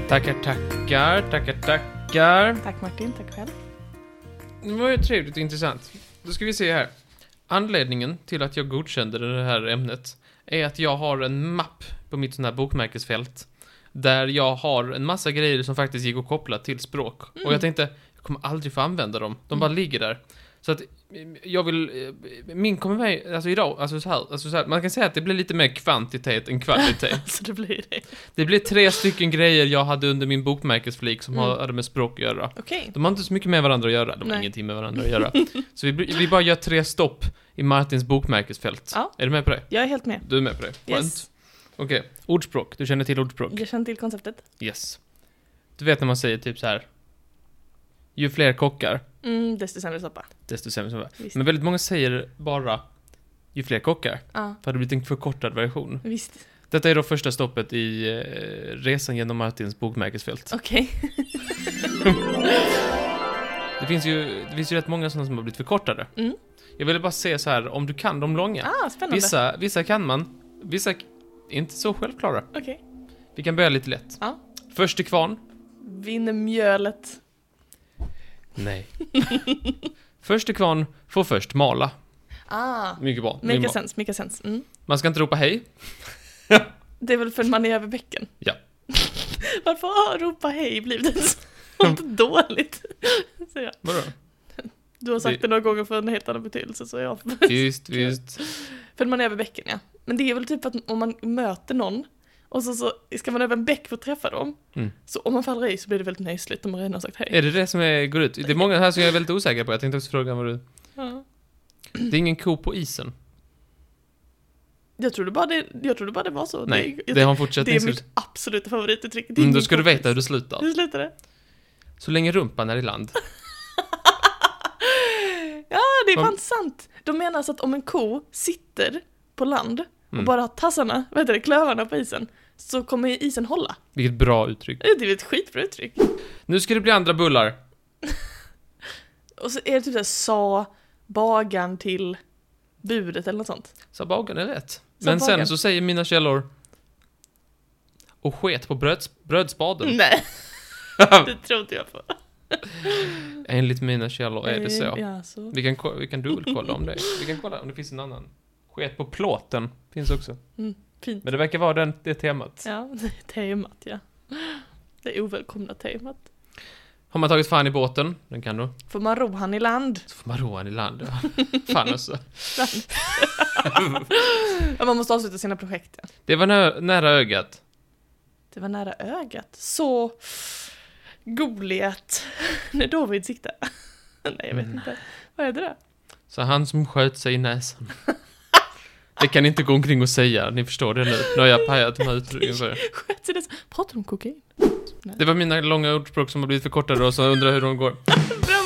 Speaker 1: Tackar, tackar, tackar, tackar.
Speaker 2: Tack Martin, tack själv.
Speaker 1: Det var ju trevligt och intressant. Då ska vi se här. Anledningen till att jag godkände det här ämnet är att jag har en mapp på mitt sån här bokmärkesfält där jag har en massa grejer som faktiskt gick att koppla till språk. Och jag tänkte, jag kommer aldrig få använda dem. De bara ligger där. Så att eh, jag vill, eh, min kommer med, alltså idag, alltså så här, alltså så här, man kan säga att det blir lite mer kvantitet än kvalitet.
Speaker 2: Så det blir det.
Speaker 1: Det blir tre stycken grejer jag hade under min bokmärkesflik som
Speaker 2: Mm.
Speaker 1: har- hade med språk att göra.
Speaker 2: Okej.
Speaker 1: De har inte så mycket med varandra att göra. De har
Speaker 2: Nej.
Speaker 1: ingenting med varandra att göra. Så vi, vi bara gör tre stopp i Martins bokmärkesfält.
Speaker 2: Ja.
Speaker 1: Är du med på det?
Speaker 2: Jag är helt med.
Speaker 1: Du är med på det? Skönt.
Speaker 2: Yes.
Speaker 1: Okej, ordspråk. Du känner till ordspråk?
Speaker 2: Jag känner till konceptet.
Speaker 1: Yes. Du vet när man säger typ så här. Ju fler kockar,
Speaker 2: Mm, desto sämre soppa.
Speaker 1: desto sämre som
Speaker 2: Visst.
Speaker 1: Men väldigt många säger bara ju fler kockar.
Speaker 2: Ja,
Speaker 1: För det har blivit en förkortad version.
Speaker 2: visst.
Speaker 1: Detta är då första stoppet i eh, resan genom Martins bokmärkesfält.
Speaker 2: Okej.
Speaker 1: Det finns ju, det finns ju rätt många sådana som har blivit förkortade.
Speaker 2: Mm.
Speaker 1: Jag ville bara se så här om du kan de långa.
Speaker 2: Ah, spännande.
Speaker 1: Vissa, vissa kan man, vissa k- inte så självklara.
Speaker 2: Okej.
Speaker 1: Vi kan börja lite lätt.
Speaker 2: Ja.
Speaker 1: Först till kvarn.
Speaker 2: Vinner mjölet.
Speaker 1: Nej. först till kvarn får först mala.
Speaker 2: Ah,
Speaker 1: Mycket bra. Mycket
Speaker 2: make
Speaker 1: bra.
Speaker 2: sense, make sense. Mm.
Speaker 1: Man ska inte ropa hej.
Speaker 2: Det är väl för att man är över bäcken?
Speaker 1: Ja.
Speaker 2: Varför har ropa hej blivit sånt dåligt? Så ja,
Speaker 1: Vadå?
Speaker 2: du har sagt
Speaker 1: Det-
Speaker 2: det några gånger för en helt annan betydelse, så jag...
Speaker 1: Just, just.
Speaker 2: För att man är över bäcken, ja. Men det är väl typ att om man möter någon och så, så ska man över en bäck för att träffa dem.
Speaker 1: Mm.
Speaker 2: Så om man faller i så blir det väldigt nöjsligt om man redan har sagt hej.
Speaker 1: Är det det som är, går ut? Det är många här som jag är väldigt osäker på. Jag tänkte också fråga vad du...
Speaker 2: Ja.
Speaker 1: Det är ingen ko på isen.
Speaker 2: Jag trodde bara det, jag trodde bara det var så.
Speaker 1: Nej,
Speaker 2: det, jag,
Speaker 1: det har en
Speaker 2: det, är
Speaker 1: fortsättningsord.
Speaker 2: mitt absoluta favorituttryck. Det är
Speaker 1: Mm, då
Speaker 2: min
Speaker 1: ska du
Speaker 2: kompis.
Speaker 1: veta hur det slutar.
Speaker 2: Hur slutar det?
Speaker 1: Så länge rumpan är i land.
Speaker 2: Ja, det är
Speaker 1: Vad-
Speaker 2: fan sant! De menar alltså att om en ko sitter på land och
Speaker 1: Mm.
Speaker 2: bara har tassarna, vad heter det, klövarna på isen, så kommer ju isen hålla.
Speaker 1: Vilket bra uttryck.
Speaker 2: Det är ju ett skitbra uttryck.
Speaker 1: Nu ska det bli andra bullar.
Speaker 2: Och så är det typ såhär, sa bagan till budet eller något sånt.
Speaker 1: Sa bagan är rätt. Men sen
Speaker 2: bagan.
Speaker 1: så säger mina källor... Och sket på bröds, brödspaden.
Speaker 2: Nej, det tror inte jag på.
Speaker 1: Enligt mina källor är det så.
Speaker 2: Ja, så.
Speaker 1: Vi kan, ko- vi kan dubbelkolla om det. Vi kan kolla om det finns en annan. Sket på plåten. Finns också.
Speaker 2: Fint.
Speaker 1: Men det verkar vara den, det temat.
Speaker 2: Ja, det är temat ja. Det är ovälkomna temat.
Speaker 1: Har man tagit fan i båten, den kan du,
Speaker 2: Får man ro han i land?
Speaker 1: så får man roa den i land. ja. fan alltså. också.
Speaker 2: Ja, man måste avsluta sina projekt. Ja.
Speaker 1: Det var nö- nära ögat.
Speaker 2: Det var nära ögat. Så Goliat. När David siktade. Nej, jag
Speaker 1: Mm.
Speaker 2: vet inte. Vad är det då?
Speaker 1: Så han som sköt sig i näsan. Det kan inte gå omkring och säga, ni förstår det nu. Nu har jag pajat de här uttrycken för er.
Speaker 2: Sköts i det? Pratar du om kokain?
Speaker 1: Det var mina långa ordspråk som har blivit förkortade och så undrar jag hur de går.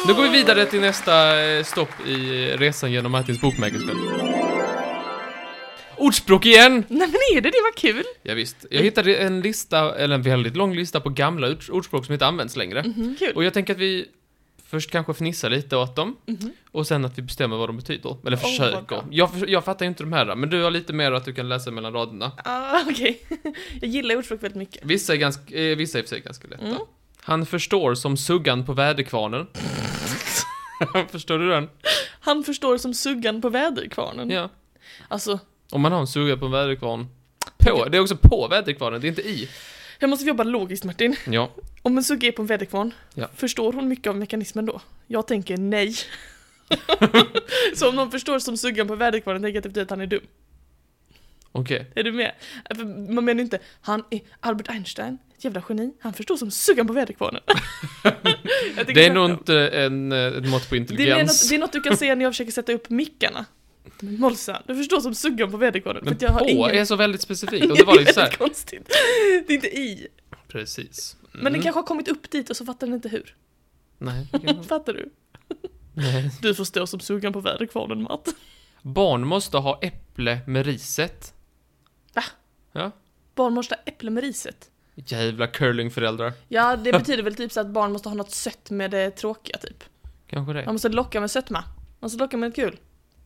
Speaker 1: Nu går vi vidare till nästa eh, stopp i resan genom Martins bokmärkeskväll. Ordspråk igen!
Speaker 2: Nej men är det det? Vad kul!
Speaker 1: Ja, visst. Jag hittade en lista, eller en väldigt lång lista på gamla ords- ordspråk som inte används längre.
Speaker 2: Kul.
Speaker 1: Och jag tänker att vi först kanske fnissar lite åt dem. Och sen att vi bestämmer vad de betyder. Eller
Speaker 2: Mhm. vad
Speaker 1: försöker.
Speaker 2: bra.
Speaker 1: jag, förs- jag fattar ju inte de här, men du har lite mer att du kan läsa mellan raderna.
Speaker 2: Ah, okej. Jag gillar ordspråk väldigt mycket.
Speaker 1: Vissa är, ganska, eh, vissa är i och för sig ganska lätta.
Speaker 2: Mm.
Speaker 1: Han förstår som suggan på väderkvarnen. förstår du
Speaker 2: Mm.
Speaker 1: den?
Speaker 2: Han förstår som suggan på väderkvarnen.
Speaker 1: Ja.
Speaker 2: Alltså,
Speaker 1: Om man har en sugga på en väderkvarn. På, det är också på väderkvarnen, det är inte i.
Speaker 2: jag måste jobba logiskt Martin.
Speaker 1: Ja.
Speaker 2: Om en sugga är på en väderkvarn,
Speaker 1: Ja.
Speaker 2: förstår hon mycket av mekanismen då? Jag tänker nej. så om någon förstår som suggan på väderkvarnen tänker jag att det betyder att han är dum.
Speaker 1: Okej.
Speaker 2: Är du med? För Man menar ju inte, han är Albert Einstein, ett jävla geni, han förstår som suggan på väderkvarnen. Jag tycker
Speaker 1: Det är nog
Speaker 2: tvärtom.
Speaker 1: inte en, eh, ett mått på
Speaker 2: det är, något,
Speaker 1: intelligens.
Speaker 2: det är något du kan säga när jag försöker sätta upp mickarna. Molsa, du förstår som suggan på väderkvarnen. för
Speaker 1: Men
Speaker 2: att jag har
Speaker 1: på
Speaker 2: ingen...
Speaker 1: är så väldigt specifikt. Och det var lite
Speaker 2: Det är
Speaker 1: såhär.
Speaker 2: väldigt konstigt. Det är inte i.
Speaker 1: Precis. Mm.
Speaker 2: Men den kanske har kommit upp dit och så fattar den inte hur.
Speaker 1: Nej. det kan-
Speaker 2: Fattar du?
Speaker 1: Nej.
Speaker 2: Du förstår som suggan på väderkvarnen, Matt.
Speaker 1: Barn måste ha äpple med riset.
Speaker 2: Barn måste ha äpple med riset.
Speaker 1: Jävla curlingföräldrar.
Speaker 2: Ja, det betyder väl typ så att barn måste ha något sött med det tråkiga, typ.
Speaker 1: Kanske det.
Speaker 2: Man måste locka med sötma. Man måste locka med något kul.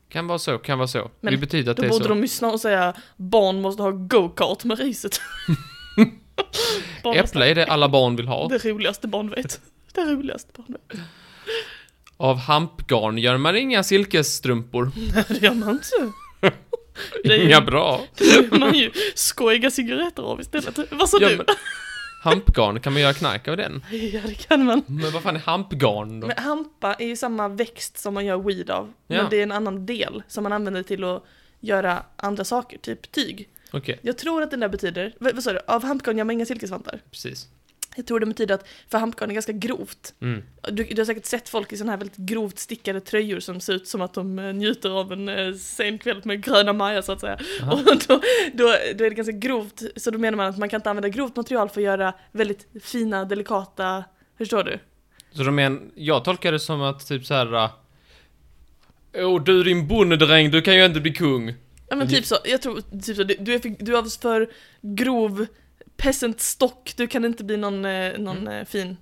Speaker 1: Kan vara så, kan vara så.
Speaker 2: Men
Speaker 1: det betyder att
Speaker 2: Då
Speaker 1: det är
Speaker 2: borde
Speaker 1: så.
Speaker 2: de lyssna och säga barn måste ha go-kart med riset. barn måste
Speaker 1: Äpple är det alla barn vill
Speaker 2: ha
Speaker 1: ha.
Speaker 2: det roligaste barn vet. Det roligaste barn vet.
Speaker 1: Av hampgarn gör man inga silkesstrumpor.
Speaker 2: Nej, det gör man inte. Det är
Speaker 1: Inga
Speaker 2: ju,
Speaker 1: bra.
Speaker 2: det gör man ju skojiga cigaretter av istället. Vad sa
Speaker 1: Ja,
Speaker 2: du?
Speaker 1: men- Hampgarn, kan man göra knark av den?
Speaker 2: Ja, det kan man.
Speaker 1: Men vad fan är hampgarn då?
Speaker 2: Men hampa är ju samma växt som man gör weed av.
Speaker 1: Ja.
Speaker 2: Men det är en annan del som man använder till att göra andra saker, typ tyg.
Speaker 1: Okej,
Speaker 2: Jag tror att den där betyder, vad, vad sa du, av hampgarn gör man inga silkesvantar.
Speaker 1: precis.
Speaker 2: Jag tror det betyder att, för hampgarn är ganska grovt.
Speaker 1: Mm.
Speaker 2: Du, du har säkert sett folk i sådana här väldigt grovt stickade tröjor som ser ut som att de eh, njuter av en eh, sen kväll med gröna Maja så att säga.
Speaker 1: Aha.
Speaker 2: Och då, då, då är det ganska grovt, så då menar man att man kan inte använda grovt material för att göra väldigt fina, delikata, förstår du?
Speaker 1: Så de men, jag tolkar det som att typ så här. äh, Åh du din bondedräng, du kan ju inte bli kung.
Speaker 2: Ja men typ så, jag tror typ så, du, du är för, du är för grov peasant stock, du kan inte bli någon, eh, någon
Speaker 1: Mm.
Speaker 2: eh, fin.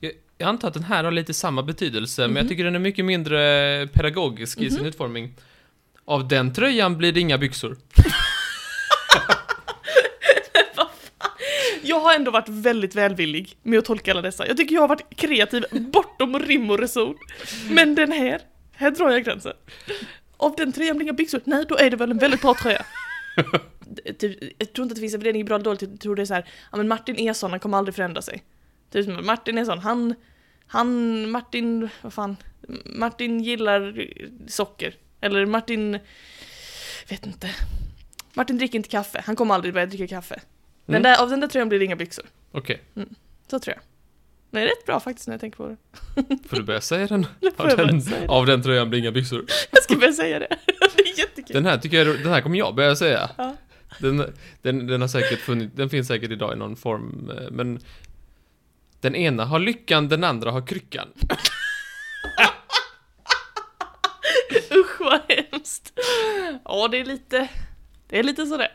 Speaker 1: Jag, jag antar att den här har lite samma betydelse, men jag
Speaker 2: Mhm.
Speaker 1: tycker den är mycket mindre pedagogisk i sin utformning. Av den tröjan blir det inga byxor.
Speaker 2: Jag har ändå varit väldigt välvillig med att tolka alla dessa. Jag tycker jag har varit kreativ bortom rim och reson. Men den här, här drar jag gränsen. Av den tröjan blir inga byxor. Nej, då är det väl en väldigt bra tröja. D- Typ, jag tror inte att det finns en fördelning i bra eller dåligt. Jag tror det är så här, ja men Martin är sån, han kommer aldrig förändra sig. Typ som Martin är sån, han, han, Martin, vad fan, Martin gillar socker. Eller Martin, vet inte. Martin dricker inte kaffe, han kommer aldrig börja dricka kaffe.
Speaker 1: Mm.
Speaker 2: Den där, av den där tröjan blir det inga byxor.
Speaker 1: Okej,
Speaker 2: Så tror jag. Men det är rätt bra faktiskt när jag tänker på det.
Speaker 1: får du börja säga den?
Speaker 2: Nu får
Speaker 1: Av
Speaker 2: jag börja
Speaker 1: den,
Speaker 2: säga det.
Speaker 1: av den tröjan blir inga byxor.
Speaker 2: Jag ska börja säga det. Det är jättekul.
Speaker 1: Den här tycker jag, den här kommer jag börja säga.
Speaker 2: Ja.
Speaker 1: Den, den, den har säkert funnits, den finns säkert idag i någon form, eh, men den ena har lyckan, den andra har kryckan.
Speaker 2: Usch vad hemskt. Ja, det är lite, det är lite sådär.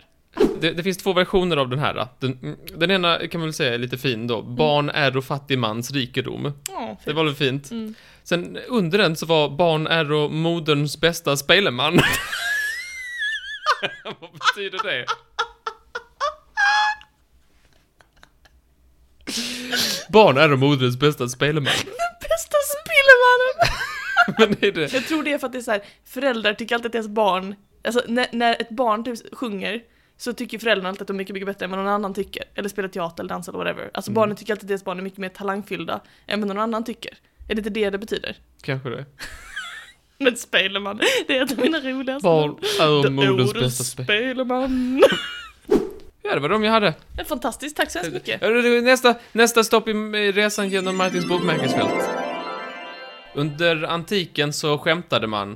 Speaker 1: Det, det finns två versioner av den här. då. Den, mm, den ena kan man väl säga är lite fin då. Barn är och fattig mans rikedom.
Speaker 2: Ja,
Speaker 1: Det var väl fint.
Speaker 2: Mm.
Speaker 1: Sen under den så var barn är och moderns bästa speleman. Vad betyder det? Barn är och moderns bästa speleman.
Speaker 2: Den bästa spillemannen!
Speaker 1: Men är det...
Speaker 2: Jag tror det är för att det är så här, föräldrar tycker alltid att deras barn, alltså när, när ett barn typ sjunger så tycker föräldrarna alltid att de är mycket, mycket bättre än vad någon annan tycker. Eller spelar teater eller dansar eller whatever. Alltså
Speaker 1: Mm.
Speaker 2: barnen tycker alltid att deras barn är mycket mer talangfyllda än vad någon annan tycker. Är det inte det det betyder?
Speaker 1: Kanske det.
Speaker 2: Men Spelman, det är ett av mina roligaste
Speaker 1: Barn är och moderns
Speaker 2: Orden
Speaker 1: bästa speleman.
Speaker 2: Spelman.
Speaker 1: Ja, det var de jag hade.
Speaker 2: Det är Fantastiskt, tack så hemskt mycket.
Speaker 1: Ja, det- Nästa, nästa stopp i i resan genom Martins bokmärkesfält. Under antiken så skämtade man.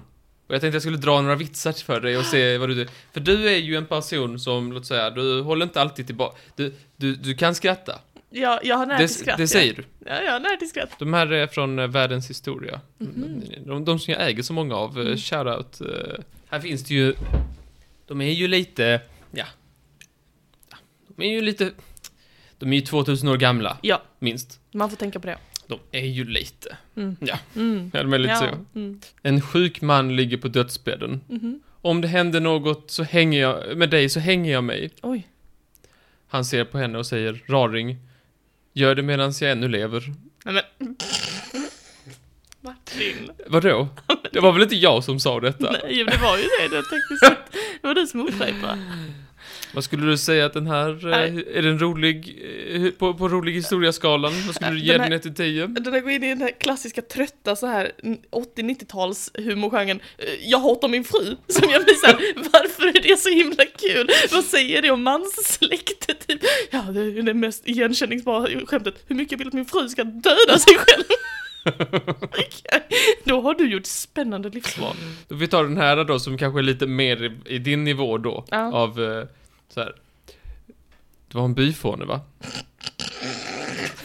Speaker 1: Och jag tänkte jag skulle dra några vitsar för dig och se vad du... För du är ju en person som, låt säga, du håller inte alltid tillbaka. Du, du, du kan skratta.
Speaker 2: Jag, jag har nära
Speaker 1: Det,
Speaker 2: till skratt.
Speaker 1: det säger du.
Speaker 2: jag. Ja, jag har nära till skratt.
Speaker 1: De här är från eh, Världens historia.
Speaker 2: Mhm.
Speaker 1: de, de som jag äger så många av. Mm.
Speaker 2: Mm.
Speaker 1: Shoutout. eh, Här finns det ju... De är ju lite... Ja. Ja, De är ju lite... De är ju 2000 år gamla.
Speaker 2: Ja.
Speaker 1: Minst.
Speaker 2: Man får tänka på det.
Speaker 1: De är ju lite.
Speaker 2: Mm.
Speaker 1: Ja.
Speaker 2: Mm.
Speaker 1: Ja, de är lite
Speaker 2: ja.
Speaker 1: så.
Speaker 2: Mm.
Speaker 1: En sjuk man ligger på dödsbädden.
Speaker 2: Mhm.
Speaker 1: Om det händer något så hänger jag... Med dig så hänger jag mig.
Speaker 2: Oj.
Speaker 1: Han ser på henne och säger, raring. Gör det medan jag ännu lever.
Speaker 2: Nej men. Martin.
Speaker 1: Vadå? Det var väl inte jag som sa detta?
Speaker 2: Nej, men det var ju det. Det, tänkte så att det var du som upprepade.
Speaker 1: Vad skulle du säga att den här, eh,
Speaker 2: Nej.
Speaker 1: är den rolig, eh, hu- på, på rolig historiaskalan? Vad skulle du
Speaker 2: Den
Speaker 1: ge
Speaker 2: här-
Speaker 1: den 1 till 10?
Speaker 2: Den där går in i den här klassiska trötta så här 80-90-tals humorgenren eh, Jag hatar min fru, som jag blir såhär, varför är det så himla kul? Vad säger det om manssläkte typ? Ja, det är ju det mest igenkänningsbara skämtet, hur mycket jag vill att min fru ska döda sig själv! Okej, Då har du gjort spännande livsval.
Speaker 1: Vi tar den här då som kanske är lite mer i, i din nivå då,
Speaker 2: Ja.
Speaker 1: av eh, så här. Det var en byfåne va?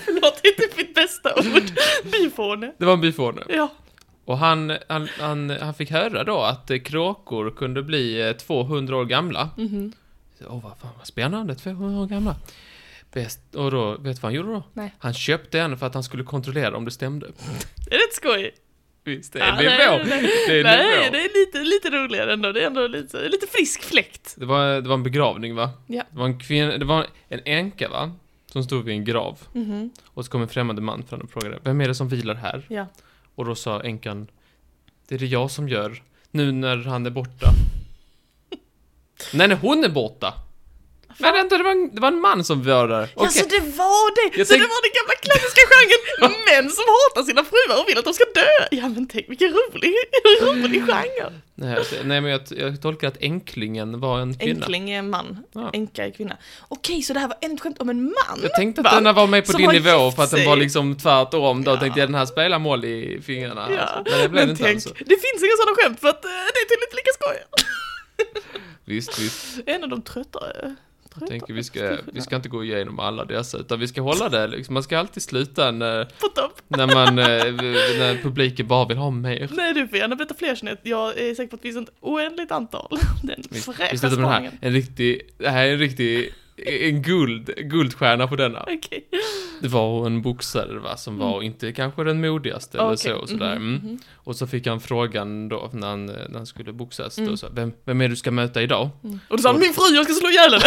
Speaker 2: Förlåt, det är typ mitt bästa ord. Byfåne.
Speaker 1: Det var en byfåne.
Speaker 2: Ja.
Speaker 1: Och han, han, han, han fick höra då att eh, kråkor kunde bli eh, 200 år gamla.
Speaker 2: Mhm.
Speaker 1: Så, Åh, vad fan vad spännande, 200 år gamla. Bäst, och då, vet du vad han gjorde då?
Speaker 2: Nej.
Speaker 1: Han köpte en för att han skulle kontrollera om det stämde.
Speaker 2: Det är rätt skoj.
Speaker 1: Visst, det
Speaker 2: Ja,
Speaker 1: är
Speaker 2: nej,
Speaker 1: nivå.
Speaker 2: nej,
Speaker 1: Det är
Speaker 2: Nej,
Speaker 1: nivå.
Speaker 2: det är lite, lite roligare ändå. Det är ändå lite, lite frisk fläkt.
Speaker 1: Det var, det var en begravning va?
Speaker 2: Ja.
Speaker 1: Det var en kvinna, det var en änka va? Som stod vid en grav. Och så kom en främmande man fram och frågade Vem är det som vilar här?
Speaker 2: Ja.
Speaker 1: Och då sa änkan Det är det jag som gör. Nu när han är borta. nej, när hon är borta! Nej, vänta, det var, en, det var en man som var där.
Speaker 2: Ja, så
Speaker 1: Okej.
Speaker 2: Alltså, det var det!
Speaker 1: Jag
Speaker 2: så
Speaker 1: tänk-
Speaker 2: det var den gamla klassiska genren män som hatar sina fruar och vill att de ska dö! Ja men tänk vilken rolig, rolig genre!
Speaker 1: Nej, alltså, nej, men jag, jag tolkar att änklingen var en kvinna.
Speaker 2: Enkling är man,
Speaker 1: Ja.
Speaker 2: enka är kvinna. Okej, så det här var ännu ett skämt om en man?
Speaker 1: Jag tänkte att
Speaker 2: Va?
Speaker 1: denna var med på
Speaker 2: Som
Speaker 1: din
Speaker 2: har
Speaker 1: nivå
Speaker 2: gift
Speaker 1: för att den
Speaker 2: sig.
Speaker 1: var liksom tvärtom. Då
Speaker 2: Ja.
Speaker 1: tänkte jag den här spelar mål i fingrarna.
Speaker 2: Ja,
Speaker 1: Alltså. Men det blev
Speaker 2: men
Speaker 1: det inte
Speaker 2: tänk,
Speaker 1: alltså.
Speaker 2: det finns inga sådana skämt för att eh, det är tydligen inte lika skoj.
Speaker 1: Visst, visst.
Speaker 2: En av de tröttare.
Speaker 1: Jag
Speaker 2: tröttare
Speaker 1: tänker vi ska, vi ska inte gå igenom alla dessa, utan vi ska hålla det liksom. Man ska alltid sluta när,
Speaker 2: På topp!
Speaker 1: när man, eh, när publiken bara vill ha mer.
Speaker 2: Nej du får gärna berätta fler Jeanette, jag är säker på att det finns ett oändligt antal. Den
Speaker 1: Vi,
Speaker 2: fräscha
Speaker 1: vi slutar med den här.
Speaker 2: spaningen.
Speaker 1: En riktig, det här är en riktig, en guld, guldstjärna på denna.
Speaker 2: Okej.
Speaker 1: Det var en boxare va, som var inte kanske den modigaste eller
Speaker 2: Mm. Okej,
Speaker 1: så. och Sådär.
Speaker 2: mhm,
Speaker 1: Mm.
Speaker 2: mhm.
Speaker 1: Och så fick han frågan då när han, eh, när han skulle boxas, då,
Speaker 2: Mm.
Speaker 1: så, vem, vem är det du ska möta idag?
Speaker 2: Och då sa han min fru, jag ska slå ihjäl henne!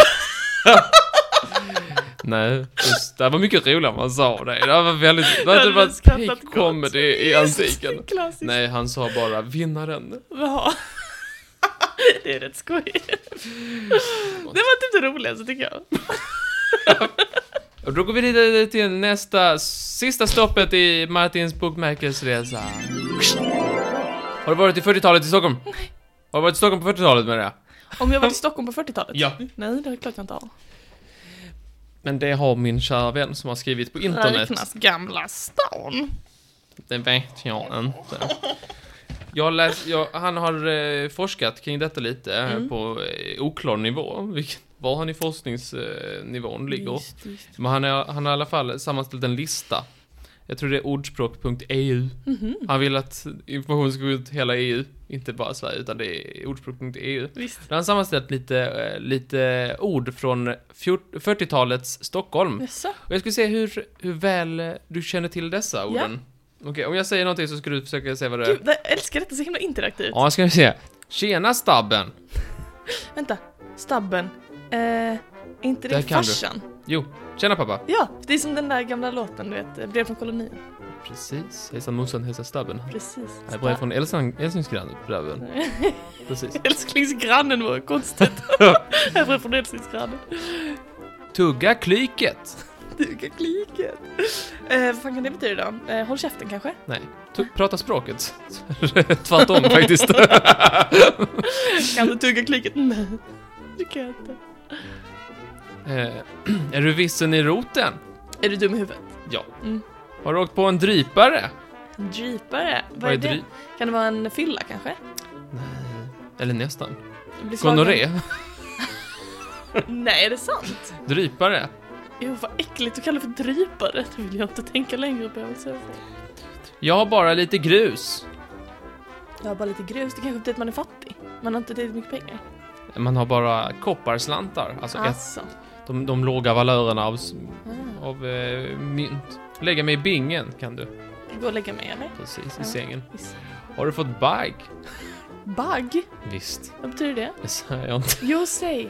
Speaker 1: Nej, just, det var mycket roligare man sa det. Det var väldigt, det var
Speaker 2: hade
Speaker 1: inte
Speaker 2: vi
Speaker 1: bara
Speaker 2: skrattat
Speaker 1: take
Speaker 2: gott.
Speaker 1: comedy i antiken.
Speaker 2: Klassiskt.
Speaker 1: Nej, han sa bara vinnaren.
Speaker 2: Ja. det är rätt skojigt. Det var typ det roligaste tycker jag.
Speaker 1: Och då går vi vidare till nästa, sista stoppet i Martins bokmärkesresa. Har du varit i 40-talet i Stockholm? Har du varit i Stockholm på 40-talet med det?
Speaker 2: Om jag var i Stockholm på 40-talet?
Speaker 1: Ja.
Speaker 2: Nej, det är klart jag inte har.
Speaker 1: Men det har min kära vän som har skrivit på internet.
Speaker 2: Räknas Gamla stan.
Speaker 1: Det vet jag inte. Jag läs, jag, han har eh, forskat kring detta lite eh, på eh, oklar nivå. Vilket, var han i forskningsnivån eh, nivån ligger.
Speaker 2: Just, just.
Speaker 1: Men han, är, han har i alla fall sammanställt en lista. Jag tror det är ordspråk.eu.
Speaker 2: Mhm, Mm-hmm.
Speaker 1: Han vill att information ska gå ut hela EU. Inte bara Sverige, utan det är ordspråk.eu.
Speaker 2: Visst.
Speaker 1: Där har han sammanställt lite, eh, lite ord från fjort- 40-talets Stockholm.
Speaker 2: Jaså?
Speaker 1: Och jag skulle se hur, hur väl eh, du känner till dessa orden. Okej, om jag säger någonting så ska du försöka säga vad det är.
Speaker 2: Gud, jag älskar detta så himla interaktivt.
Speaker 1: Ja, ska vi se. Tjena stabben!
Speaker 2: Vänta, stabben. Eh, är inte
Speaker 1: Där
Speaker 2: det
Speaker 1: kan du.
Speaker 2: farsan?
Speaker 1: Jo, tjena pappa!
Speaker 2: Ja, det är som den där gamla låten, du vet, Brev från kolonin.
Speaker 1: Precis. Hejsan morsan, hejsan stabben.
Speaker 2: Precis.
Speaker 1: Här är brev från Älvsang- Älvsingsgrabben. Precis.
Speaker 2: Älsklingsgrannen var konstigt. Jag är brev från älsklingsgrannen.
Speaker 1: Tugga klyket!
Speaker 2: Duga kliket. Eh, vad fan kan det betyda då? Eh, håll käften kanske?
Speaker 1: Nej, tu- prata språket. Tvärtom faktiskt.
Speaker 2: Kan du tugga kliket? Nej, det kan jag inte.
Speaker 1: Eh, är du vissen i roten?
Speaker 2: Är du dum i huvudet?
Speaker 1: Ja.
Speaker 2: Mm.
Speaker 1: Har du åkt på en drypare?
Speaker 2: Drypare? Vad är, det?
Speaker 1: dry-
Speaker 2: Kan det vara en fylla kanske?
Speaker 1: Eller nästan.
Speaker 2: Jag blir slagen.
Speaker 1: Gonorré?
Speaker 2: Nej, är det sant?
Speaker 1: Drypare?
Speaker 2: Jo, vad äckligt att kalla för drypare. Det vill jag inte tänka längre på. Jag vill säga så.
Speaker 1: Jag har bara lite grus.
Speaker 2: Jag har bara lite grus, det kanske betyder att man är fattig. Man har inte tillräckligt mycket pengar.
Speaker 1: Man har bara kopparslantar, alltså ett,
Speaker 2: Alltså.
Speaker 1: de, de låga valörerna av, s-
Speaker 2: Ah.
Speaker 1: av eh, mynt. Lägga mig i bingen kan du,
Speaker 2: Gå och lägga mig eller?
Speaker 1: precis, i
Speaker 2: Ja.
Speaker 1: sängen.
Speaker 2: Visst.
Speaker 1: Har du fått bag?
Speaker 2: Bagg?
Speaker 1: Visst,
Speaker 2: Vad betyder det?
Speaker 1: det säger jag inte.
Speaker 2: Jo, säg.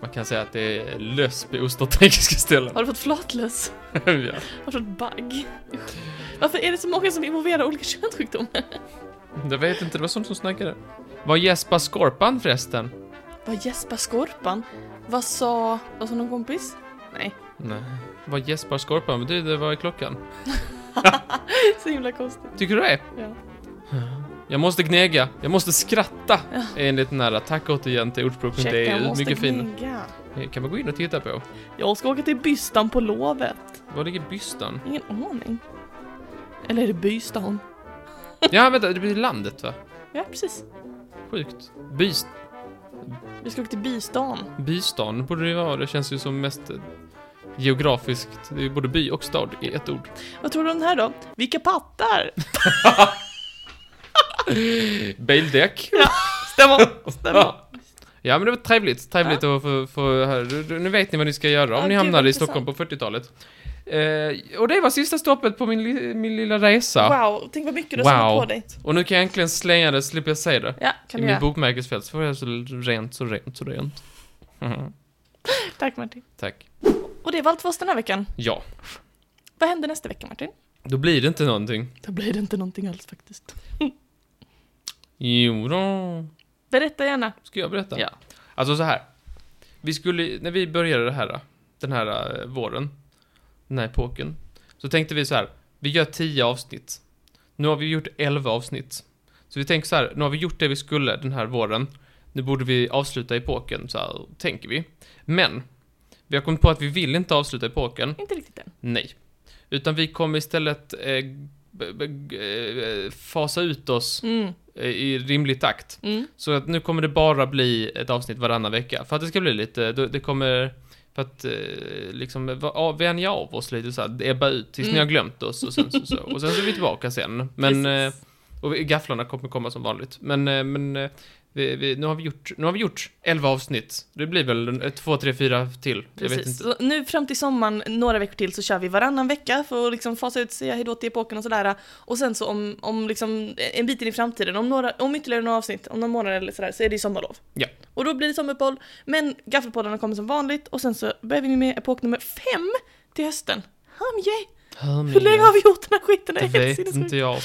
Speaker 1: Man kan säga att det är löss på ostrategiska ställen.
Speaker 2: Har du fått flatlöss?
Speaker 1: ja.
Speaker 2: Har du fått bagg? Usch. Varför är det så många som involverar olika könssjukdomar?
Speaker 1: Jag vet inte, det var sånt som snackade. Vad gäspar skorpan förresten?
Speaker 2: Vad gäspar skorpan? Vad sa... Vad sa någon kompis? Nej,
Speaker 1: Nej. Vad gäspar skorpan betyder, vad är klockan?
Speaker 2: så himla konstigt.
Speaker 1: Tycker du det?
Speaker 2: Ja.
Speaker 1: Jag måste gnägga, jag måste skratta. Enligt den här, tack återigen till
Speaker 2: Checka,
Speaker 1: ordspråk.eu.
Speaker 2: måste
Speaker 1: Mycket fin.
Speaker 2: gnugga.
Speaker 1: Det kan man gå in och titta på.
Speaker 2: Jag ska åka till Bystan på lovet.
Speaker 1: Var ligger bystan?
Speaker 2: Ingen aning. Eller är det Bystan?
Speaker 1: Ja, vänta, det blir landet va?
Speaker 2: Ja, precis.
Speaker 1: Sjukt. Byst,
Speaker 2: Vi ska åka till Bystan.
Speaker 1: bystan borde det ju vara, det känns ju som mest eh, geografiskt. Det är ju både by och stad i ett ord.
Speaker 2: Vad tror du om den här då? Vilka pattar!
Speaker 1: Bildäck.
Speaker 2: Stämmer, stämmer.
Speaker 1: Ja, men det var trevligt. Trevligt att få, få höra. Du- du- Nu vet ni vad ni ska göra om
Speaker 2: Ja,
Speaker 1: ni
Speaker 2: gud, vad
Speaker 1: hamnar i
Speaker 2: intressant.
Speaker 1: Stockholm på 40-talet. Eh, och det var sista stoppet på min, li- min lilla resa.
Speaker 2: Wow, tänk vad mycket du har
Speaker 1: Wow.
Speaker 2: wow. på dig.
Speaker 1: Och nu kan jag äntligen slänga det, slipper jag säga det.
Speaker 2: Ja, kan
Speaker 1: I
Speaker 2: du
Speaker 1: min
Speaker 2: göra.
Speaker 1: bokmärkesfält så får jag så rent, så rent, så rent.
Speaker 2: Mm.
Speaker 1: Mhm.
Speaker 2: Tack Martin.
Speaker 1: Tack.
Speaker 2: Och det var allt för oss den här veckan.
Speaker 1: Ja,
Speaker 2: Vad händer nästa vecka Martin?
Speaker 1: då blir det inte någonting.
Speaker 2: Då blir det inte någonting alls faktiskt.
Speaker 1: Jo då.
Speaker 2: Berätta gärna.
Speaker 1: Ska jag berätta?
Speaker 2: Ja.
Speaker 1: Alltså så här. Vi skulle, när vi började det här, den här eh, våren, den här epoken, så tänkte vi så här. Vi gör 10 avsnitt. Nu har vi gjort 11 avsnitt. Så vi tänker så här, nu har vi gjort det vi skulle den här våren. Nu borde vi avsluta epoken, så här tänker vi. Men, vi har kommit på att vi vill inte avsluta epoken.
Speaker 2: Inte riktigt än.
Speaker 1: Nej. Utan vi kommer istället eh, b- b- g- eh, fasa ut oss
Speaker 2: Mm.
Speaker 1: eh, i rimlig takt.
Speaker 2: Mm.
Speaker 1: Så att nu kommer det bara bli ett avsnitt varannan vecka. För att det ska bli lite, det det kommer, för att eh, liksom va- ja, vänja av oss lite så här, ebba ut tills ni
Speaker 2: Mm.
Speaker 1: har glömt oss och sen så, så. Och sen så är vi tillbaka sen. Men eh,
Speaker 2: Precis.
Speaker 1: Och vi- gafflarna kommer komma som vanligt. Men, eh, men eh, vi, vi, nu, har vi gjort, nu har vi gjort 11 avsnitt. Det blir väl en- ett, två, tre, fyra till. Jag vet
Speaker 2: Precis.
Speaker 1: inte.
Speaker 2: Så nu fram till sommaren, några veckor till, så kör vi varannan vecka för att liksom fasa ut, säga hejdå till epoken och sådär. Och sen så om, om liksom en bit in i framtiden, om, några, om ytterligare några avsnitt, om någon månad eller sådär, så är det ju sommarlov.
Speaker 1: Ja.
Speaker 2: Och då blir det sommaruppehåll, men gaffelpoddarna kommer som vanligt och sen så börjar vi med epok nummer fem till hösten. Hum, yay. Hur länge har vi gjort den här skiten? Det är
Speaker 1: Det
Speaker 2: helt
Speaker 1: vet
Speaker 2: sinnessjukt.
Speaker 1: inte jag.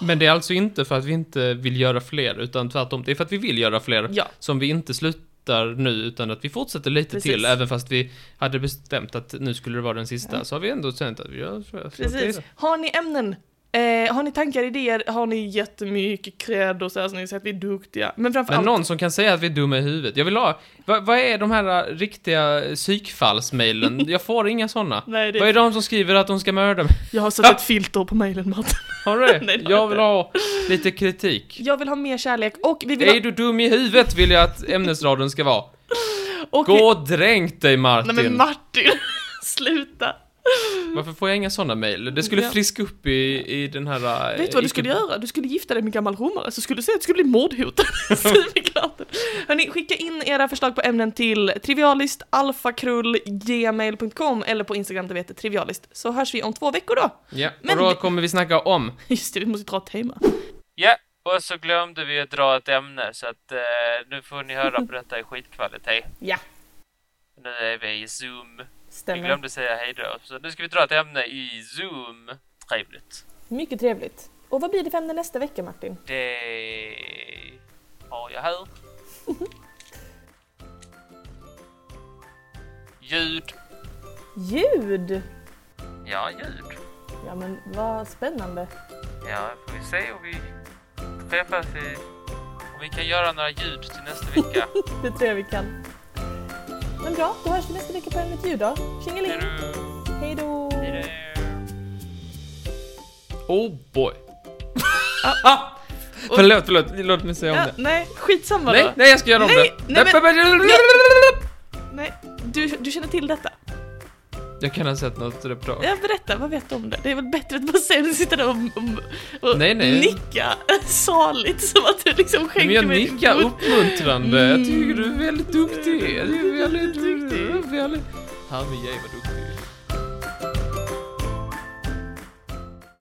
Speaker 1: Men det är alltså inte för att vi inte vill göra fler, utan tvärtom. Det är för att vi vill göra fler
Speaker 2: Ja,
Speaker 1: som vi inte slutar nu, utan att vi fortsätter lite
Speaker 2: Precis.
Speaker 1: till. Även fast vi hade bestämt att nu skulle det vara den sista, så har vi ändå känt att vi gör så. så att det är
Speaker 2: precis.
Speaker 1: det.
Speaker 2: Har ni ämnen? Eh, har ni tankar, idéer? Har ni jättemycket cred och så här, så ni säger att vi är duktiga? Men
Speaker 1: Men
Speaker 2: framförallt,
Speaker 1: någon som kan säga att vi är dumma i huvudet. Jag vill ha... Vad, vad är de här äh, riktiga psykfallsmailen? Jag får inga sådana.
Speaker 2: nej, det
Speaker 1: Vad är de som skriver att de ska mörda mig?
Speaker 2: Jag har satt ett filter på mailen Martin.
Speaker 1: Har du det?
Speaker 2: Nej, det har jag
Speaker 1: jag vill ha lite kritik.
Speaker 2: Jag vill ha mer kärlek och vi vill
Speaker 1: Är
Speaker 2: ha...
Speaker 1: du dum i huvudet vill jag att ämnesraden ska vara.
Speaker 2: Och vi...
Speaker 1: Gå och dränk dig Martin!
Speaker 2: Nej men Martin, sluta!
Speaker 1: Varför får jag inga sådana mejl? Det skulle
Speaker 2: Ja.
Speaker 1: friska upp i, i den här... äh,
Speaker 2: Vet du vad du skulle
Speaker 1: icke-
Speaker 2: göra? Du skulle gifta dig med en gammal romare så skulle du säga att du skulle bli mordhotad. Säger vi klart. Hörrni, skicka in era förslag på ämnen till trivialistalfakrullgmail.com eller på Instagram där vi heter trivialist. Så hörs vi om två veckor då!
Speaker 1: Ja,
Speaker 2: Men
Speaker 1: och då
Speaker 2: det-
Speaker 1: kommer vi snacka om...
Speaker 2: Just det, vi måste dra ett tema.
Speaker 1: Ja, och så glömde vi att dra ett ämne så att eh, nu får ni höra på detta i skitkvalitet.
Speaker 2: Ja,
Speaker 1: Nu är vi i Zoom. Vi
Speaker 2: stämmer.
Speaker 1: glömde säga hej då, så nu ska vi dra ett ämne i Zoom. Trevligt.
Speaker 2: Mycket trevligt. Och vad blir det för ämne nästa vecka Martin?
Speaker 1: Det har jag här. Ljud.
Speaker 2: Ljud!
Speaker 1: Ja, ljud.
Speaker 2: Ja men vad spännande.
Speaker 1: Ja, får vi se om vi träffas i... Om vi kan göra några ljud till nästa vecka.
Speaker 2: Det tror jag vi kan. Men bra, då hörs vi nästa vecka på Ämnet ljud då. Tjingeling! Hej då!
Speaker 1: Oh boy. Ah, förlåt, förlåt. Låt mig säga om
Speaker 2: Ja,
Speaker 1: det.
Speaker 2: nej, skitsamma
Speaker 1: Nej,
Speaker 2: då.
Speaker 1: nej jag ska göra om
Speaker 2: Nej,
Speaker 1: det.
Speaker 2: nej, men-
Speaker 1: men...
Speaker 2: nej. Du, du känner till detta?
Speaker 1: Jag kan ha sett något reportage.
Speaker 2: Ja, berätta, vad vet du om det? Det är väl bättre att bara säga än att sitta där och, och, och
Speaker 1: Nej, nej.
Speaker 2: nicka saligt som att du liksom
Speaker 1: Men
Speaker 2: skänker
Speaker 1: jag Mm.
Speaker 2: mig
Speaker 1: nickar
Speaker 2: god-
Speaker 1: uppmuntrande.
Speaker 2: Mm.
Speaker 1: Jag tycker du är väldigt duktig. Du är väldigt
Speaker 2: Duktig.
Speaker 1: duktig. Väldigt... Han är jävla duktig.